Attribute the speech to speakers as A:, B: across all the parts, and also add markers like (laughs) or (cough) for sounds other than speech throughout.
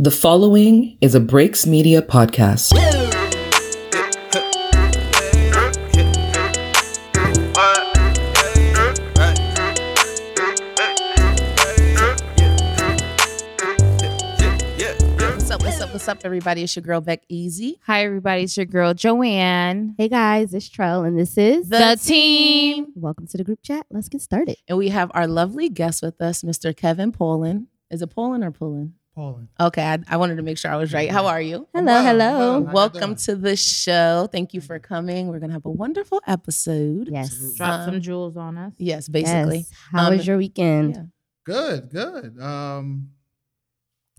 A: The following is a Breaks Media podcast.
B: What's up? What's up? What's up, everybody? It's your girl Beck Easy.
C: Hi, everybody. It's your girl, Joanne.
D: Hey guys, it's Trell, and this is
C: The team.
D: Welcome to the group chat. Let's get started.
B: And we have our lovely guest with us, Mr. Kevin Poland. Is it Poland or Poland?
E: Pauline.
B: Okay, I, I wanted to make sure I was right. How are you?
D: Hello,
E: Oh, Wow,
D: hello.
E: wow. How you
B: Welcome
E: doing?
B: to the show. Thank you for coming. We're going to have a wonderful episode.
D: Yes.
C: Drop
B: Um,
C: some jewels on us.
B: Yes, basically.
D: Yes. How
B: Um,
D: was your weekend?
B: yeah.
E: Good, good. Um,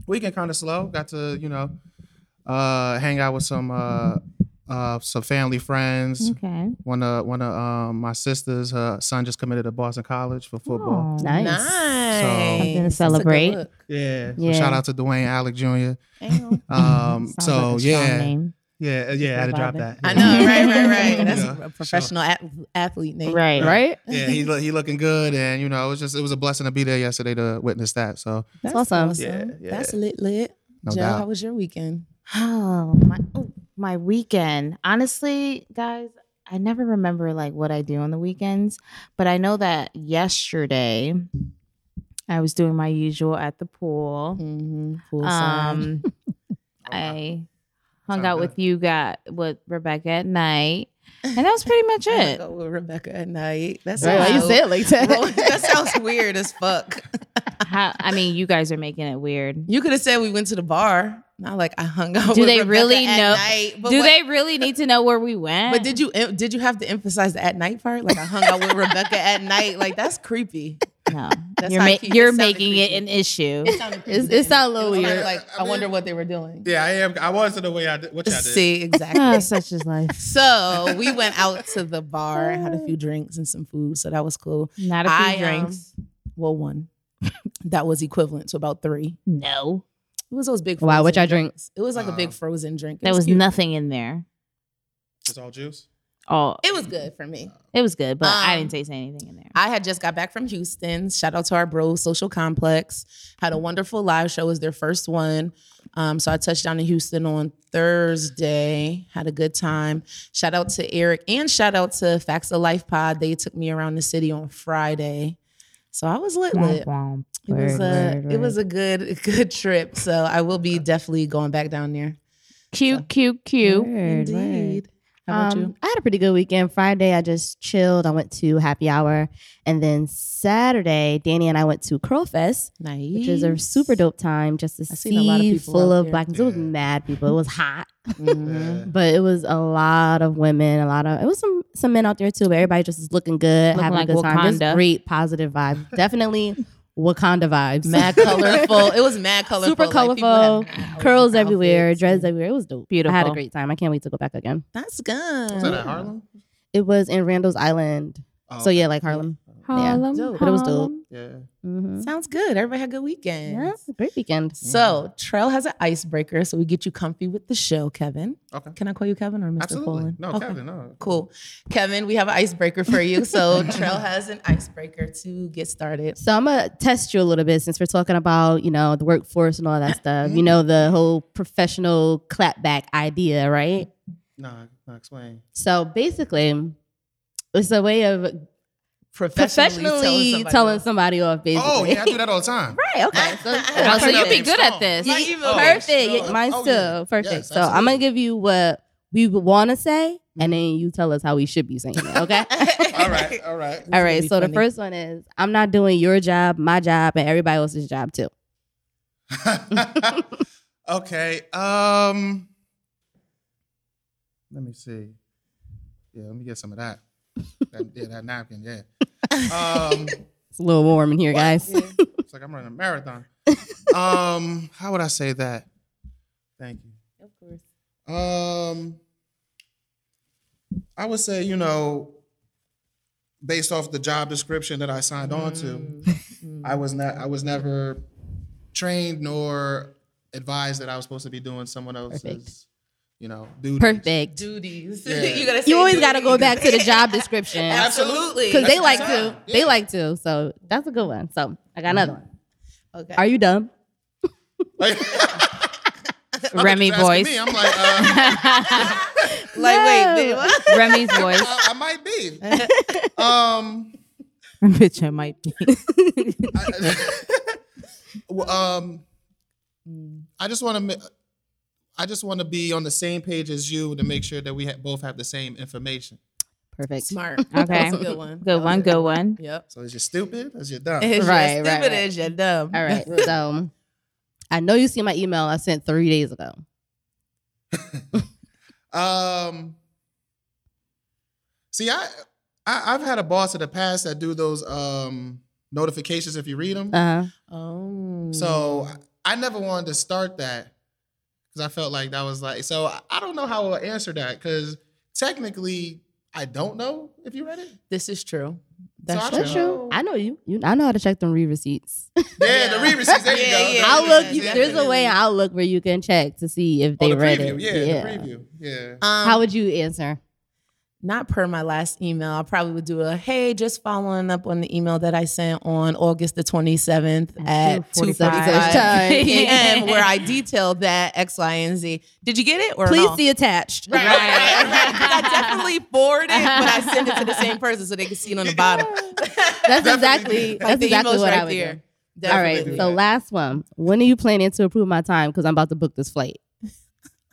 E: weekend kind of slow. Got to you know, uh, hang out with some uh, uh, some family friends.
D: Mm-hmm.
C: Okay.
E: One of one of um, my sisters, her son just committed to Boston College for football.
C: Aw.
D: Nice.
B: Nice.
E: Something
C: to
B: That's a good
C: celebrate.
B: look.
E: Yeah.
D: Yeah.
E: So shout out to Dwayne Alec Jr.
B: Damn.
E: Um,
C: Sounds
E: so
C: like a strong
E: yeah,
C: name.
E: yeah, uh, yeah. I had to drop
C: Surviving.
E: that.
B: I know, right, right,
E: (laughs)
B: right.
C: Yeah,
B: That's
E: sure.
B: a professional ath- athlete name.
C: Right.
B: Right?
E: Yeah, he look, he looking good, and you know, it was just it was a blessing to be there yesterday to witness that. So
B: That's
D: awesome.
E: Yeah, yeah.
B: That's lit, lit.
E: no
B: Joe, how
E: doubt.
B: was your weekend?
C: Oh, my, oh, my weekend. Honestly, guys, I never remember like what I do on the weekends, but I know that yesterday I was doing my usual at the pool.
B: Mm-hmm. Pool (laughs)
C: Um,
F: uh,
C: I hung
E: Oh, Sound
C: out
E: good.
C: with you got with Rebecca at night, and that was pretty much
B: (laughs) I
C: it.
B: go with Rebecca at night. That
C: Right.
B: sounds
C: Why you say
B: (laughs) it like
C: (laughs)
B: that. that sounds weird as fuck.
C: How, I mean, you guys are making it weird.
B: You could have said we went to the bar. Not like I hung out.
C: Do
B: with
C: they
B: Rebecca
C: really
B: at
C: know-
B: Night, but
C: Do
B: what-
C: they really need to know where we went?
B: But did you did you have to emphasize the at night part? Like I hung out with Rebecca at night. Like
C: (laughs)
B: that's creepy.
C: No,
B: (laughs) That's
C: you're
B: how
C: ma-
B: it keep-
C: you're
B: it sounded
C: making it
B: creepy.
C: an
B: (laughs)
C: issue.
B: sounded
D: It's- it sound a little
B: was kinda
E: weird.
B: Like I,
E: I mean-
B: wonder what they were doing.
E: Yeah, I am. I was in the way I did. What y'all did.
B: See exactly.
D: (laughs)
C: oh, (laughs) such is life.
B: so we went out to the bar,
C: (laughs)
B: had a few drinks and some food. So that was cool.
C: Not a few
B: I, um,
C: drinks.
B: Well, one that was equivalent to about three.
C: no,
B: It was those big.
D: Wow,
B: frozen
D: what y'all drink?
B: drinks. It was like a big
E: Uh,
B: frozen drink. It
C: there was
B: cute.
C: nothing in there.
E: It's all juice. Uh,
C: Oh,
B: It was good for me.
C: it was good, but I
B: Um,
C: didn't taste anything in there.
B: I had just got back from Houston. Shout out to our bros, Social Complex. Had a wonderful live show. It was their first one. Um, so I touched down in Houston on Thursday. Had a good time. Shout out to Eric and shout out to Facts of Life Pod. They took me around the city on Friday. So I was lit lit.
C: Womp
B: It was
C: Word,
B: a
C: word,
B: it was
C: word.
B: a good (laughs) a good trip. So I will be definitely going back down there.
C: Q Q Q.
D: Word, word.
B: Indeed. How about
D: Um,
B: you?
D: I had a pretty good weekend. Friday, I just chilled. I went to happy hour, and then Saturday, Danny and I went to Curl Fest,
B: Nice.
D: which is a super dope time. Just to
B: I
D: see
B: seen a lot of people
D: full
B: out
D: of
B: there.
D: black. It was
E: Yeah.
D: mad people.
B: (laughs)
D: It was hot.
B: Mhm.
D: But it was a lot of women, a lot of it was some some men out there too. But everybody just was looking good,
C: Looking
D: having
C: like
D: a good time.
C: Wakanda.
D: Just great positive
B: (laughs)
D: vibes. Definitely Wakanda vibes. (laughs)
B: Mad colorful. It was mad colorful.
D: Super
B: Like, people had
D: colorful,
B: mad
D: curls
B: outfits.
D: everywhere, dreads everywhere. It was dope. I had a
C: Beautiful.
D: great time. I can't wait to go back again.
B: That's good.
E: Was that at Harlem?
D: It was in Randall's Island,
E: Oh,
D: so
E: okay.
D: yeah, like Harlem.
C: Harlem,
B: Dope.
D: But it was dope.
C: Harlem.
E: Yeah.
D: Mm-hmm.
B: Sounds good. Everybody had a good weekend.
D: Yeah, it's a great weekend.
B: So Trell has an icebreaker, so we get you comfy with the show, Kevin.
E: Okay.
B: Can I call you Kevin or Mr.
E: Absolutely.
B: Poland?
E: No,
B: Okay.
E: Kevin. No.
B: Cool. Kevin, we have an icebreaker for you.
E: (laughs)
B: So Trell has an icebreaker to get started.
D: So I'm gonna test you a little bit since we're talking about you know the workforce and (clears throat) all that stuff. You know the whole professional clapback idea, right?
E: No, no, explain.
D: So basically, it's a way of
B: Professionally,
D: professionally telling somebody,
B: off.
D: off, basically.
E: Oh, yeah, I do that all the time.
D: (laughs) right, okay.
E: (laughs)
C: Oh, so
E: Right
C: you'd
E: now,
C: be
E: it's
C: good at
E: strong.
C: this.
B: Like, (laughs) even
D: perfect.
E: sure.
D: Yeah, Mine's
E: Oh,
D: still
E: yeah.
D: perfect.
E: Yes,
D: so I'm gonna
E: absolutely.
D: give you what we want to say, and then you tell us how we should be saying it. (laughs) Okay.
E: All right. All right. (laughs)
D: All
B: gonna
D: right.
B: be
D: So
B: funny.
D: the first one is I'm not doing your job, my job, and everybody else's job too.
E: okay. Um, let me see. Yeah, let me get some of that. that yeah, that napkin. Yeah. Um,
D: It's a little warm in here, guys.
E: yeah. It's like I'm running a marathon. Um, how would I say that? Thank you.
B: Of course.
E: Um, I would say, you know, based off the job description that I signed on to,
G: Mm.
E: I was not, I was never trained nor advised that I was supposed to be doing someone else's, you know, duties. (laughs)
D: Perfect.
B: Duties.
E: Yeah.
B: (laughs) you gotta say
D: You always got to go
B: duties.
D: back
B: (laughs)
D: to the job description
B: Absolutely.
D: because they
E: That's
D: like
E: the
D: to.
E: job.
D: They
E: Yeah.
D: like to. So
B: (laughs)
D: that's a good one. So I got another one.
B: Okay.
D: Are you dumb?
E: Like- other
G: Remy
E: dude's asking
G: voice.
E: Me, I'm like, uh,
D: (laughs)
G: Like, wait,
D: No. (laughs)
G: what?
H: Remy's
E: (laughs)
H: voice.
E: uh, I, I might be.
G: (laughs)
E: Um,
F: Bitch, I might be.
E: I, (laughs) Well, um, I just want to. I just want to be on the same page as you to make sure that we ha- both have the same information.
D: Perfect. (laughs)
B: Smart.
F: Okay.
B: That's a good one.
F: Good one, good one.
B: Yep.
E: (laughs) So is you stupid? Is you dumb?
G: Is
D: Right,
G: you
D: right,
G: stupid
D: right.
G: as you dumb?
D: All right. So I know you see my email I sent three days ago.
E: Um, see, I, I I've had a boss in the past that do those um notifications if you read them.
D: Uh huh.
B: (laughs) Oh.
E: So I never wanted to start that because I felt like that was like so I- I don't know how I'll answer that because technically I don't know if you read it.
B: this is true.
E: So I
B: That's
E: don't
B: true.
E: know.
D: I know you. You. I know how to check them re receipts.
E: Yeah, the
B: Yeah.
E: read receipts. There
G: Yeah,
E: you go.
G: yeah,
E: The
D: I'll
E: read
D: look.
E: receipts,
D: You, there's a
E: definitely.
D: way in Outlook where you can check to see if
E: Oh,
D: they
E: the
D: read
E: preview.
D: it.
E: Yeah, the preview. Yeah.
B: Um,
D: How would you answer?
B: not per my last email. I probably would do a hey, just following up on the email that I sent on August the 27th at
D: 2:45
B: 2:45 p.m. where
D: (laughs)
B: I detailed that X, Y, and Z. Did you get it or
D: Please
B: no?
D: see attached.
B: (laughs) Right, right, right. 'Cause I definitely forwarded, but I sent it to the same person so they could see it on the bottom.
D: (laughs)
B: (laughs)
D: That's
E: Definitely.
D: exactly.
E: Like
D: That's
B: the
D: exactly
B: email's
D: what
B: right
D: I would
B: there.
D: do. All right.
B: Definitely.
E: do
D: So
E: that.
D: last one. When are you planning to approve my time? Because I'm about to book this flight.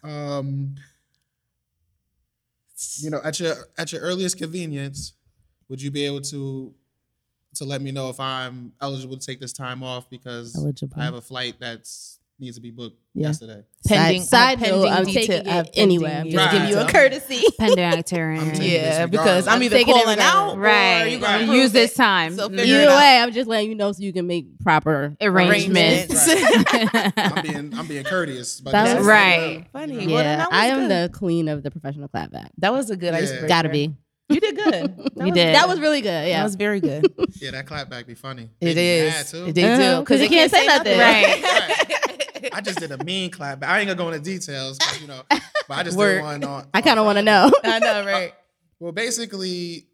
E: Um, you know, at your at your earliest convenience, would you be able to to let me know if I'm eligible to take this time off because
D: Eligible.
E: I have a flight that's needs to be booked
D: Yeah. (laughs)
E: yesterday?
B: Pending-
D: (laughs) side, side
B: pending
D: note, I'm
B: detail-
D: taking it
B: uh, pending
D: anyway. I'm just
E: Right.
D: giving you a
B: detail.
D: courtesy.
E: I'm
F: Pendantarian.
E: taking
B: Yeah,
E: this
B: because I'm
E: regardless.
B: either
D: Take it
B: calling
D: every-
B: out or
F: Right.
B: you're gonna
E: Right.
B: approve
F: Use this
B: it.
F: time.
B: So figure
D: Either
B: it out.
D: way, I'm just letting you know so you can
B: (laughs)
D: make proper (laughs)
F: Arrangements.
E: I'm being I'm being courteous. But
D: That
E: this
D: was-
E: is-
F: Right.
B: Funny. Well, then
D: Yeah,
B: that was
D: I am
B: good.
D: the queen of the professional clapback.
B: That was a good
E: Yeah.
B: icebreaker.
D: Gotta be.
B: You did good. That
F: You
B: was-
F: did.
D: That was really good.
B: That
D: (laughs) Yeah.
B: was very good.
E: Yeah, that clapback be funny. They
B: It
E: be mad,
B: is.
E: too.
B: It- They
D: Uh-huh,
B: do because
D: you
B: they
D: can't say nothing.
F: Right.
E: I just did a mean clapback. I ain't gonna go into details, 'cause, you know. But I just
B: Work.
E: did one on.
D: I kind of want to know.
B: (laughs) I know,
D: (laughs)
B: right?
E: Well, basically,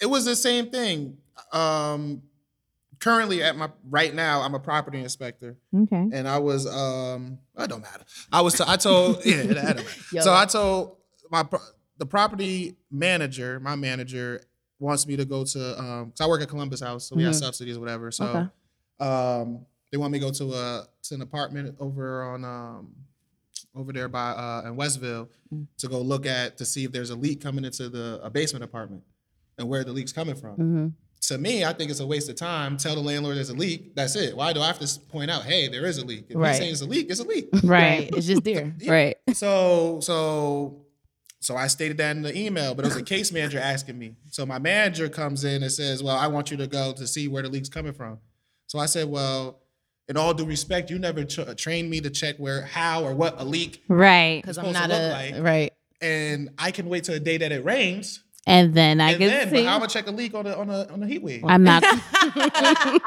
E: it was the same thing. Um, currently, at my right now, I'm a property inspector,
F: Okay.
E: and I was um, it don't matter. I was t- I told (laughs) yeah, it don't matter.
B: Yo.
E: so I told my pro- the property manager, my manager wants me to go to um, 'cause I work at Columbus House, so we have
B: Mhm.
E: subsidies, whatever. So
B: Okay.
E: um, they want me to go to a to an apartment over on um, over there by uh, in Westville
B: Mm.
E: to go look at to see if there's a leak coming into the a basement apartment and where the leak's coming from.
B: Mm-hmm.
D: Mhm.
E: To me, I think it's a waste of time. Tell the landlord there's a leak. That's it. Why do I have to s- point out? Hey, there is a leak. If right.
B: Right.
E: he's saying it's a leak, it's
B: (laughs)
E: a leak.
B: Right. It's just there.
D: (laughs) Right.
E: So so so I stated that in the email, but it was a case manager asking me. So my manager comes in and says, "Well, I want you to go to see where the leak's coming from." So I said, "Well, in all due respect, you never tra- trained me to check where, how, or what a leak,
F: Right.
B: Because
E: It's
B: I'm
E: supposed to
B: not
E: look
B: a
E: like-
B: right.
E: and I can wait till the day that it rains,
F: And then I
E: and
F: can
E: then
F: see.
E: but I'm gonna check a leak on a on a on a heat wave."
D: (laughs)
F: I'm not. (laughs)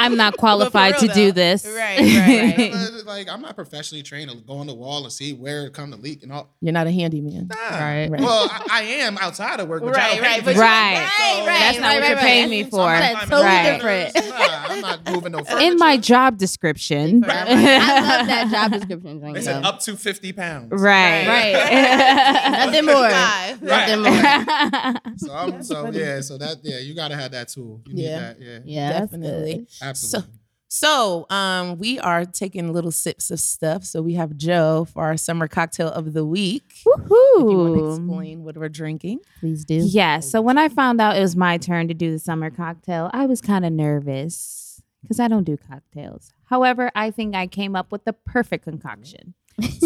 F: I'm not qualified
B: real
F: to do
B: though.
F: this.
B: Right, right,
F: (laughs)
B: right.
E: But, (laughs) like I'm not professionally trained to go on the wall and see where it come to leak and all.
B: (laughs) You're not a handyman.
E: Nah.
F: Right.
E: Well, I, I am outside of work, but y'all don't pay me for
F: but
E: that.
F: Right. That's not what you're paying me for.
D: That's totally
F: Right.
D: different.
E: Nah, I'm not moving no furniture.
F: In my job description.
E: Right.
D: I love
F: (laughs)
D: that job description. Thing,
E: They said up to 50 pounds.
F: Right. (laughs)
D: Nothing more.
B: (laughs)
D: Nothing more.
E: So, I'm, so yeah, so that, yeah, you got to have that tool. You
B: Yeah.
E: need that. Yeah.
D: Yeah, that's
B: Definitely.
D: good.
E: Absolutely.
B: So, um, we are taking little sips of stuff. So we have Joe for our summer cocktail of the week. If you want to
F: Woohoo.
B: explain what we're (laughs) drinking,
D: Please do.
F: Yeah. So when I found out it was my turn to do the summer cocktail, I was kind of nervous because I don't do cocktails. However, I think I came up with the perfect concoction.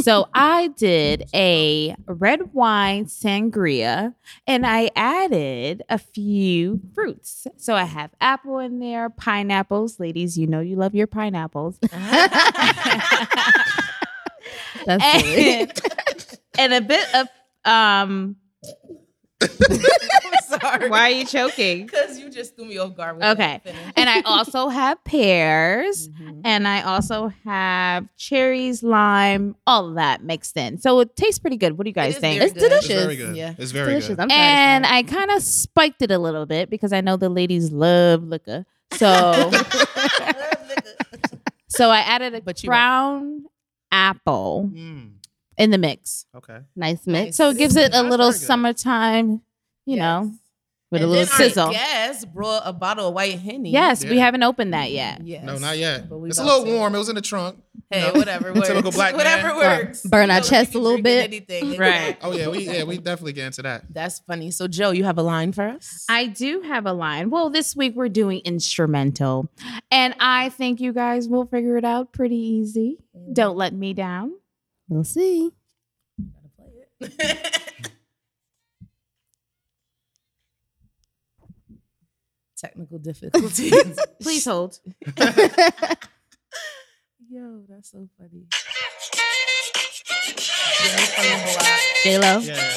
F: so I did a red wine sangria and I added a few fruits. So I have apple in there, pineapples. Ladies, you know you love your pineapples. (laughs)
D: That's
B: (laughs)
D: good.
F: and, and a bit of um
B: sorry,
F: why are you choking?
B: because you just threw me off guard. With
F: Okay. And I also have pears
B: Mm-hmm.
F: and I also have cherries, lime, all of that mixed in. So it tastes pretty good. What do you guys
B: is
F: think?
B: very
D: It's delicious.
E: It's very good.
B: Yeah.
E: It's very
D: Delicious.
E: good.
D: I'm
F: and
D: satisfied.
F: I kind of spiked it a little bit because I know the ladies love liquor.
B: (laughs)
F: So (laughs) so I added a
B: But you-
F: brown apple
E: Mm.
D: in the mix.
E: Okay.
D: Nice mix.
F: So it gives it a
E: That's
F: little
E: very good.
F: summertime, you
I: Yes.
F: know, with
B: And
F: a little
B: then our
F: sizzle.
B: guest brought a bottle of white henny.
F: Yes, we
E: Yeah.
F: haven't opened that
E: Mm-hmm.
F: yet.
B: Yes.
E: No, not yet.
B: But we
E: It's a
B: about
E: little
B: to.
E: warm. It was in the trunk.
B: Hey,
E: No. (laughs)
B: whatever works.
E: Typical black
B: whatever
E: man.
B: works.
D: Burn our
B: we
D: chest
B: can
D: a little
B: drink
D: bit.
B: anything.
F: Right.
E: Oh yeah, we yeah we definitely get into that.
B: That's funny. So Joe, you have a line for us?
F: I do have a line. Well, this week we're doing instrumental, and I think you guys will figure it out pretty easy. Don't let me down.
D: We'll see.
B: (laughs) Technical
E: (laughs)
B: difficulties.
F: Please hold.
B: Yo, that's so funny.
D: J Lo.
E: Yeah.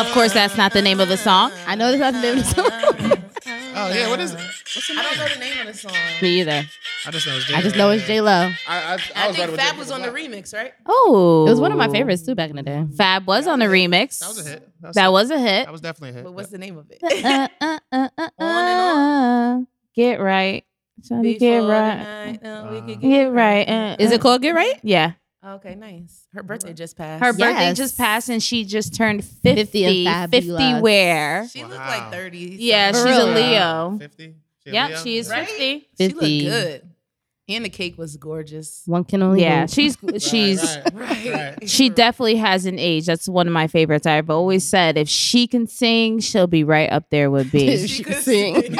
F: Of
B: (laughs)
F: course, that's not the name of the song.
D: I know that's not the name of the song.
E: Oh yeah. What is it? What's the
B: I don't
E: name?
B: know the name of the song.
D: Me either.
E: I just know it's J.
D: I just know it's J Lo.
E: I, I, I,
B: I,
E: was right
B: think
E: with
B: Fab
E: J.
B: was on the remix, right?
F: Oh,
D: It was one of my favorites too back in the day.
F: Fab was on the remix.
E: That was a hit. That was,
F: That was a hit.
E: that was definitely a hit.
B: But what's the name of (laughs) it?
F: (laughs) uh, uh, uh, uh,
B: and
F: uh. Get right. Trying to get
B: Before the
F: right.
B: night, uh, we could
E: Uh,
F: Get right. Uh,
D: Is
F: uh.
D: it called Get Right?
F: Yeah.
B: Okay, nice. Her birthday just passed.
F: Her
D: Yes.
F: birthday just passed and she just turned 50. 50,
D: and fabulous.
F: where?
B: She looked
E: Wow.
B: like 30.
F: Yeah,
D: For
F: she's
D: real.
F: a Leo.
E: Fifty.
F: Yep, she's
B: Right?
F: 50.
B: She
D: 50.
B: looked good. And the cake was gorgeous.
D: One can only
F: Yeah,
D: hope.
F: she's she's
E: Right, Right.
F: she definitely has an age. That's one of my favorites. I've always said if she can sing, she'll be right up there
D: (laughs)
F: with B.
D: She could sing.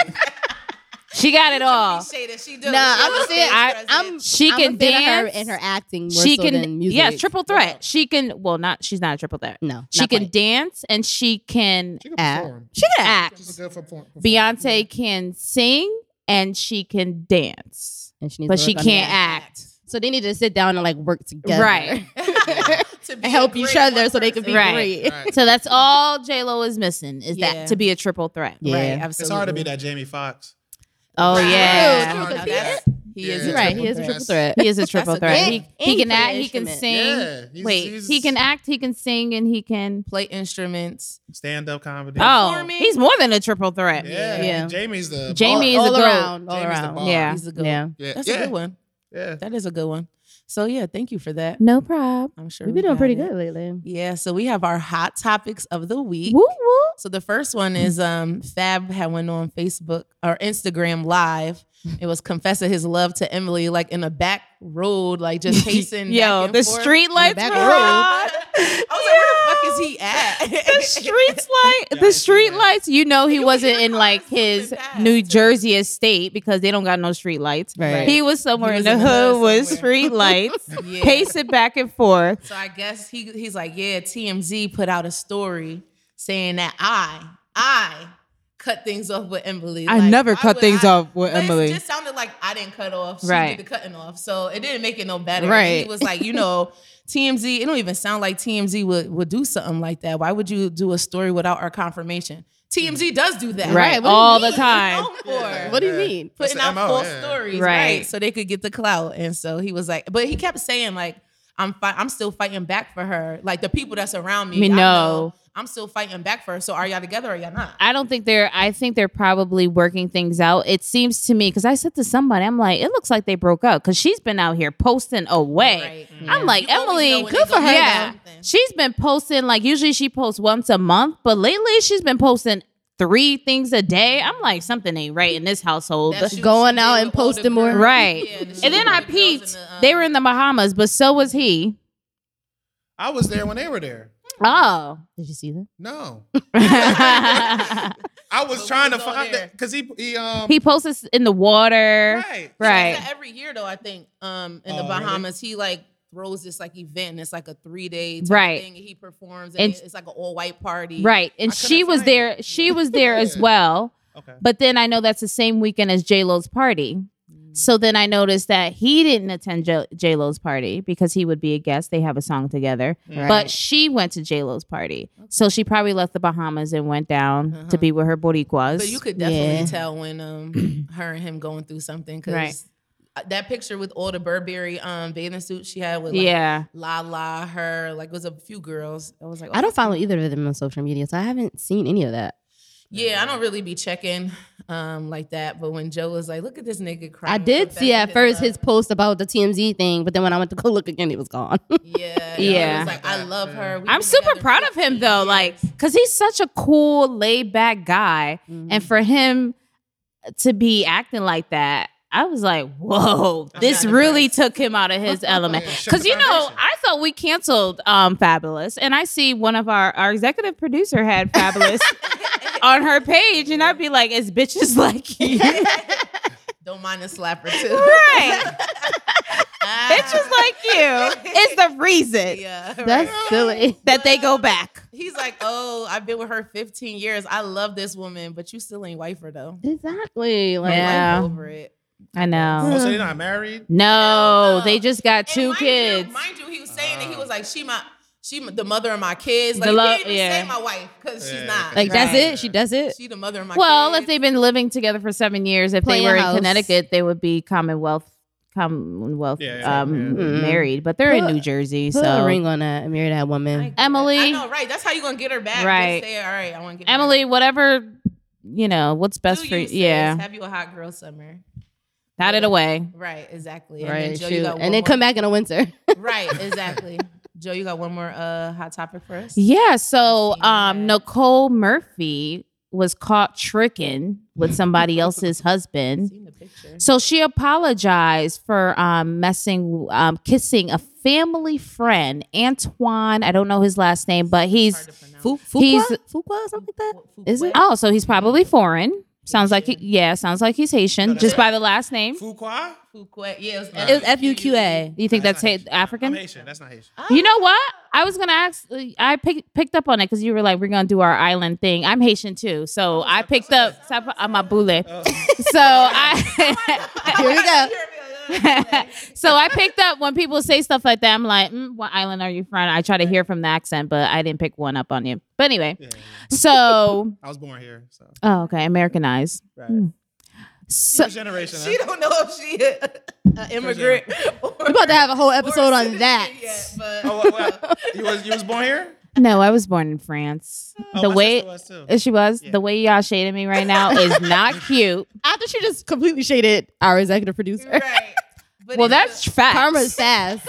F: she got it all.
B: She do.
D: Nah,
B: She
D: I'm
B: was
D: a fan.
B: stage
D: I,
B: presence.
D: I'm.
F: She
D: I'm
F: can
D: a fan
F: dance.
D: Of her and her acting. More
F: She
D: so than
F: can
D: music.
F: yeah, triple threat. She can well not she's not a triple threat.
D: No,
F: She
D: not
F: can
D: quite.
F: dance and she can
E: She could
D: Ah.
E: perform.
F: she can act.
E: She's good for perform- perform.
F: Beyonce can sing and she can dance,
D: and she needs
F: but
D: to
F: she
D: work on that.
F: can't act.
D: So they need to sit down and like work together, (laughs)
F: Right.
B: (laughs) to be
D: and help
B: a
D: each
B: great
D: other
B: one
D: so they can be
B: person.
F: Right.
D: great.
F: (laughs)
E: Right.
D: (laughs)
F: So that's all J Lo is missing is
B: Yeah.
F: that to be a triple threat.
D: Yeah.
B: Right,
E: It's hard to be
B: absolutely.
E: that Jamie Foxx.
F: Oh
B: Right.
F: yeah,
E: True,
B: Now
E: true, true.
B: that's- He is.
E: Yeah.
B: a
D: You're right. He is a
E: Triple
D: triple threat.
F: he is a triple
B: a
F: threat.
B: good-
F: He,
D: And
F: he
D: he
F: can
D: play
F: act,
D: an
F: he can
D: instrument.
F: sing.
E: Yeah, he's-
F: Wait,
E: he's
F: he can act, he can sing, and he can.
B: play instruments.
E: Stand-up comedy.
F: Oh,
B: Performing.
F: he's more than a triple threat.
E: yeah.
D: Yeah.
E: Jamie's the
F: Jamie
D: all,
F: is a
D: all
F: goat.
D: around, all
E: Jamie's the
D: around.
E: bomb.
F: Yeah.
B: He's a good
D: Yeah.
B: one.
E: Yeah,
B: That's
E: yeah,
B: a good one.
E: Yeah.
B: That is a good one. So yeah, thank you for that.
F: No problem.
B: I'm sure
D: We've been doing
B: got
D: pretty
B: it.
D: good lately.
B: Yeah. So we have our hot topics of the week.
F: Woo woo.
B: So the first one
F: Mm-hmm.
B: is um Fab had went on Facebook or Instagram live.
F: Mm-hmm.
B: It was confessing his love to Emily like in a back road, like
F: (laughs)
B: just pacing. back
F: Yo,
B: and
F: the
B: forth.
F: street lights
D: back
F: were
D: row.
F: on.
B: (laughs) I was
F: (laughs)
B: like, where the fuck is he at? (laughs)
F: The streets light,
E: I
F: the
E: see
F: street
E: that.
F: lights. You know he
B: You
F: wasn't
B: hear
F: in like
B: cars
F: his
B: zooming past,
F: New
B: too.
F: Jersey estate because they don't got no street lights.
D: Right.
F: He was somewhere
B: He was in
F: in the
B: the hood
F: hood with
B: somewhere.
F: street lights,
B: (laughs) Yeah.
F: pacing back and forth.
B: So I guess he he's like, yeah, TMZ put out a story saying that I I cut things off with Emily. Like, why would I-
F: with
B: But It just sounded like I didn't cut off. She
F: Right.
B: did the cutting off. So it didn't make it no better.
F: Right.
B: He was like, you
F: (laughs)
B: know, TMZ, it don't even sound like TMZ would, would do something like that. Why would you do a story without our confirmation? TMZ does do that.
F: Right,
D: Right, what do you
F: all
D: mean?
F: the time.
B: Known for
D: What do you
E: Mm. Yeah.
D: mean?
E: That's
B: putting
E: the
B: out
E: MO,
B: false
E: yeah.
B: stories,
F: Right.
B: right. So they could get the clout. And so he was like, but he kept saying like, I'm fi- I'm still fighting back for her. Like the people that's around me,
F: Me
B: I
F: know.
B: I'm still fighting back for her. So are y'all together or y'all not?
F: I don't think they're. I think they're probably working things out. It seems to me because I said to somebody, I'm like, it looks like they broke up because she's been out here posting away.
B: Right.
F: I'm like,
B: You always know
F: Emily,
B: when they go do
F: Yeah,
B: something.
F: she's been posting like usually she posts once a month, but lately she's been posting three things a day. I'm like, something ain't right in this household.
B: That shoot
D: Going
B: she
D: out
B: did
D: and
B: with all the
D: posting more.
B: girls.
F: (laughs) Right.
B: Yeah, the shoot
F: and then
B: with
F: I
B: the girls in
F: peeped.
B: the, um,
F: They were in the Bahamas, but so
B: (laughs)
F: was he.
E: I was there when they were there.
F: Oh. (laughs)
D: Did you see that?
E: No,
F: he
E: I was
B: But we
E: trying to
B: was all
E: find
B: there.
E: that because he he um
F: posts in the water.
E: right.
F: Right.
B: It's like every year though, I think um, in the
E: Oh, really?
B: Bahamas he like throws this like event. and It's like a three day
F: Right.
B: thing. And he performs and,
F: And-
B: it's like an all white party.
F: Right. And
E: I couldn't
F: she was
E: find it.
F: there. She was there as
E: Yeah.
F: well.
E: Okay.
F: But then I know that's the same weekend as J Lo's party. So then I noticed that he didn't attend J Lo's party because he would be a guest. They have a song together. But she went to J Lo's party. So she probably left the Bahamas and went down
B: Uh-huh.
F: to be with her Boricuas.
B: But you could definitely
D: Yeah.
B: tell when
F: (clears throat)
B: um her and him going through something because
F: Right.
B: that picture with all the Burberry um bathing suits she had with like,
F: yeah.
B: Lala, her like it was a few girls. I was like,
D: I
B: oh,
D: don't follow either of them on social media, so I haven't seen any of that.
B: Yeah, I don't really be checking um like that. But when Joe was like, "Look at this nigga crying,"
D: I did
B: confessing
D: see at
B: his
D: first his
B: love."
D: post about the TMZ thing, but then when I went to go look again, it was gone.
B: Yeah,
F: Yeah.
B: yeah. was like, "I love her." We've
F: I'm
B: been
F: super
B: together
F: proud of
B: 15
F: him though,
B: years."
F: like, cause he's such a cool, laid back guy,
D: Mm-hmm.
F: and for him to be acting like that, I was like, whoa,
B: I'm
F: this
B: not
F: really took him out of
B: (laughs)
F: his element.
E: Yeah, shook
F: Cause
E: the
F: you know,
E: foundation.
F: I thought we canceled um, Fabulous, and I see one of our our executive producer
B: (laughs)
F: had Fabulous on her page, and I'd be like, it's bitches (laughs)
B: (laughs)
F: like you,
B: don't mind a slapper too.
F: (laughs) right? bitches
B: Ah.
F: like you is the
B: (laughs)
F: reason
B: yeah,
D: That's
B: right.
F: (laughs)
D: silly.
F: that they go back.
B: He's like, "Oh, I've been with her 15 years. I love this woman, but you still ain't wife her though."
D: Exactly. Like,
F: Yeah.
B: Wife over it.
F: I know.
E: Oh, so they're not married?
F: No,
B: no.
F: they just got
B: And
F: two
B: mind
F: kids.
B: You, mind you, he was saying that he was like, "She my, she my- the mother of my kids." Like
F: The
B: he
F: love-
B: didn't even
F: yeah.
B: say my wife because
E: Yeah.
B: she's not.
D: like that's
F: Right.
D: it. She does it.
B: she the mother of my.
F: well,
B: kids.
F: if they've been living together for seven years, if
D: Playing
F: they were in
D: house.
F: Connecticut, they would be Commonwealth Commonwealth
E: Yeah, yeah,
F: um,
D: yeah.
F: married, but they're in
D: Mm-hmm. Put-
F: New Jersey,
D: Put a
F: so.
D: ring on that and marry that woman.
B: I
F: Emily,
B: know, right? That's how you gonna get her back.
F: Right.
B: Just say, all right, I want to get
F: Emily, whatever you know, what's
B: back.
F: best
B: Do
F: for you?
B: sis.
F: Yeah,
B: Have you a hot girl summer?
F: pat it away.
B: Right, exactly. And
D: Right.
B: then, Joe,
D: shoot.
B: you got one
D: And then
B: more-
D: come back in the winter.
B: (laughs) Right, exactly. Joe, you got one more uh, hot topic for us?
F: Yeah, so um,
B: that.
F: Nicole Murphy was caught tricking
B: (laughs)
F: with somebody else's husband.
B: Seen the picture.
F: So she apologized for um, messing, um, kissing a family friend, Antoine. I don't know his last name, but he's
D: Fu-
F: He's-
D: Fuqua? (laughs) Fuqua or something like
B: (laughs) Fu-
D: that. Is it?
F: oh, so he's probably foreign. Sounds like he, yeah, sounds like he's Haitian just by the last name.
E: Fuqua?
B: Fuqua. Yeah, it was,
D: It was F U
B: E.
D: Q A.
F: You think that's
E: not
F: ha-
E: Haitian. I'm
F: African?
E: Haitian. That's not Haitian.
F: You know what? I was gonna ask. I pick, picked up on it because you were like, "We're gonna do our island thing." I'm Haitian too, so I picked up Sapa- uh, my boule.
E: Oh.
F: So
D: Here we
F: I.
D: go.
F: (laughs) so I picked up when people say stuff like that. I'm like, mm, what island are you from? I try to hear from the accent, but I didn't pick one up on you. But anyway,
E: Yeah, yeah, yeah.
F: so
E: I was born here, so
F: oh, okay, Americanized. Hmm.
E: right.
F: So
E: New generation.
B: She
E: huh?
B: don't know if she an immigrant (laughs) or
D: We're about to have a whole episode on that.
B: Yet, but
E: Oh, what, what? You was you was born here?
F: no, I was born in France.
E: Oh,
F: the
E: my
F: way Uh,
E: sister was too.
F: she was,
E: Yeah.
F: the way y'all shading me right now is
E: (laughs)
F: not cute.
D: After she just completely shaded our executive producer.
B: (laughs)
D: (laughs)
B: right. But
F: Well,
B: it's
F: that's
B: a-
F: facts.
D: Karma is fast.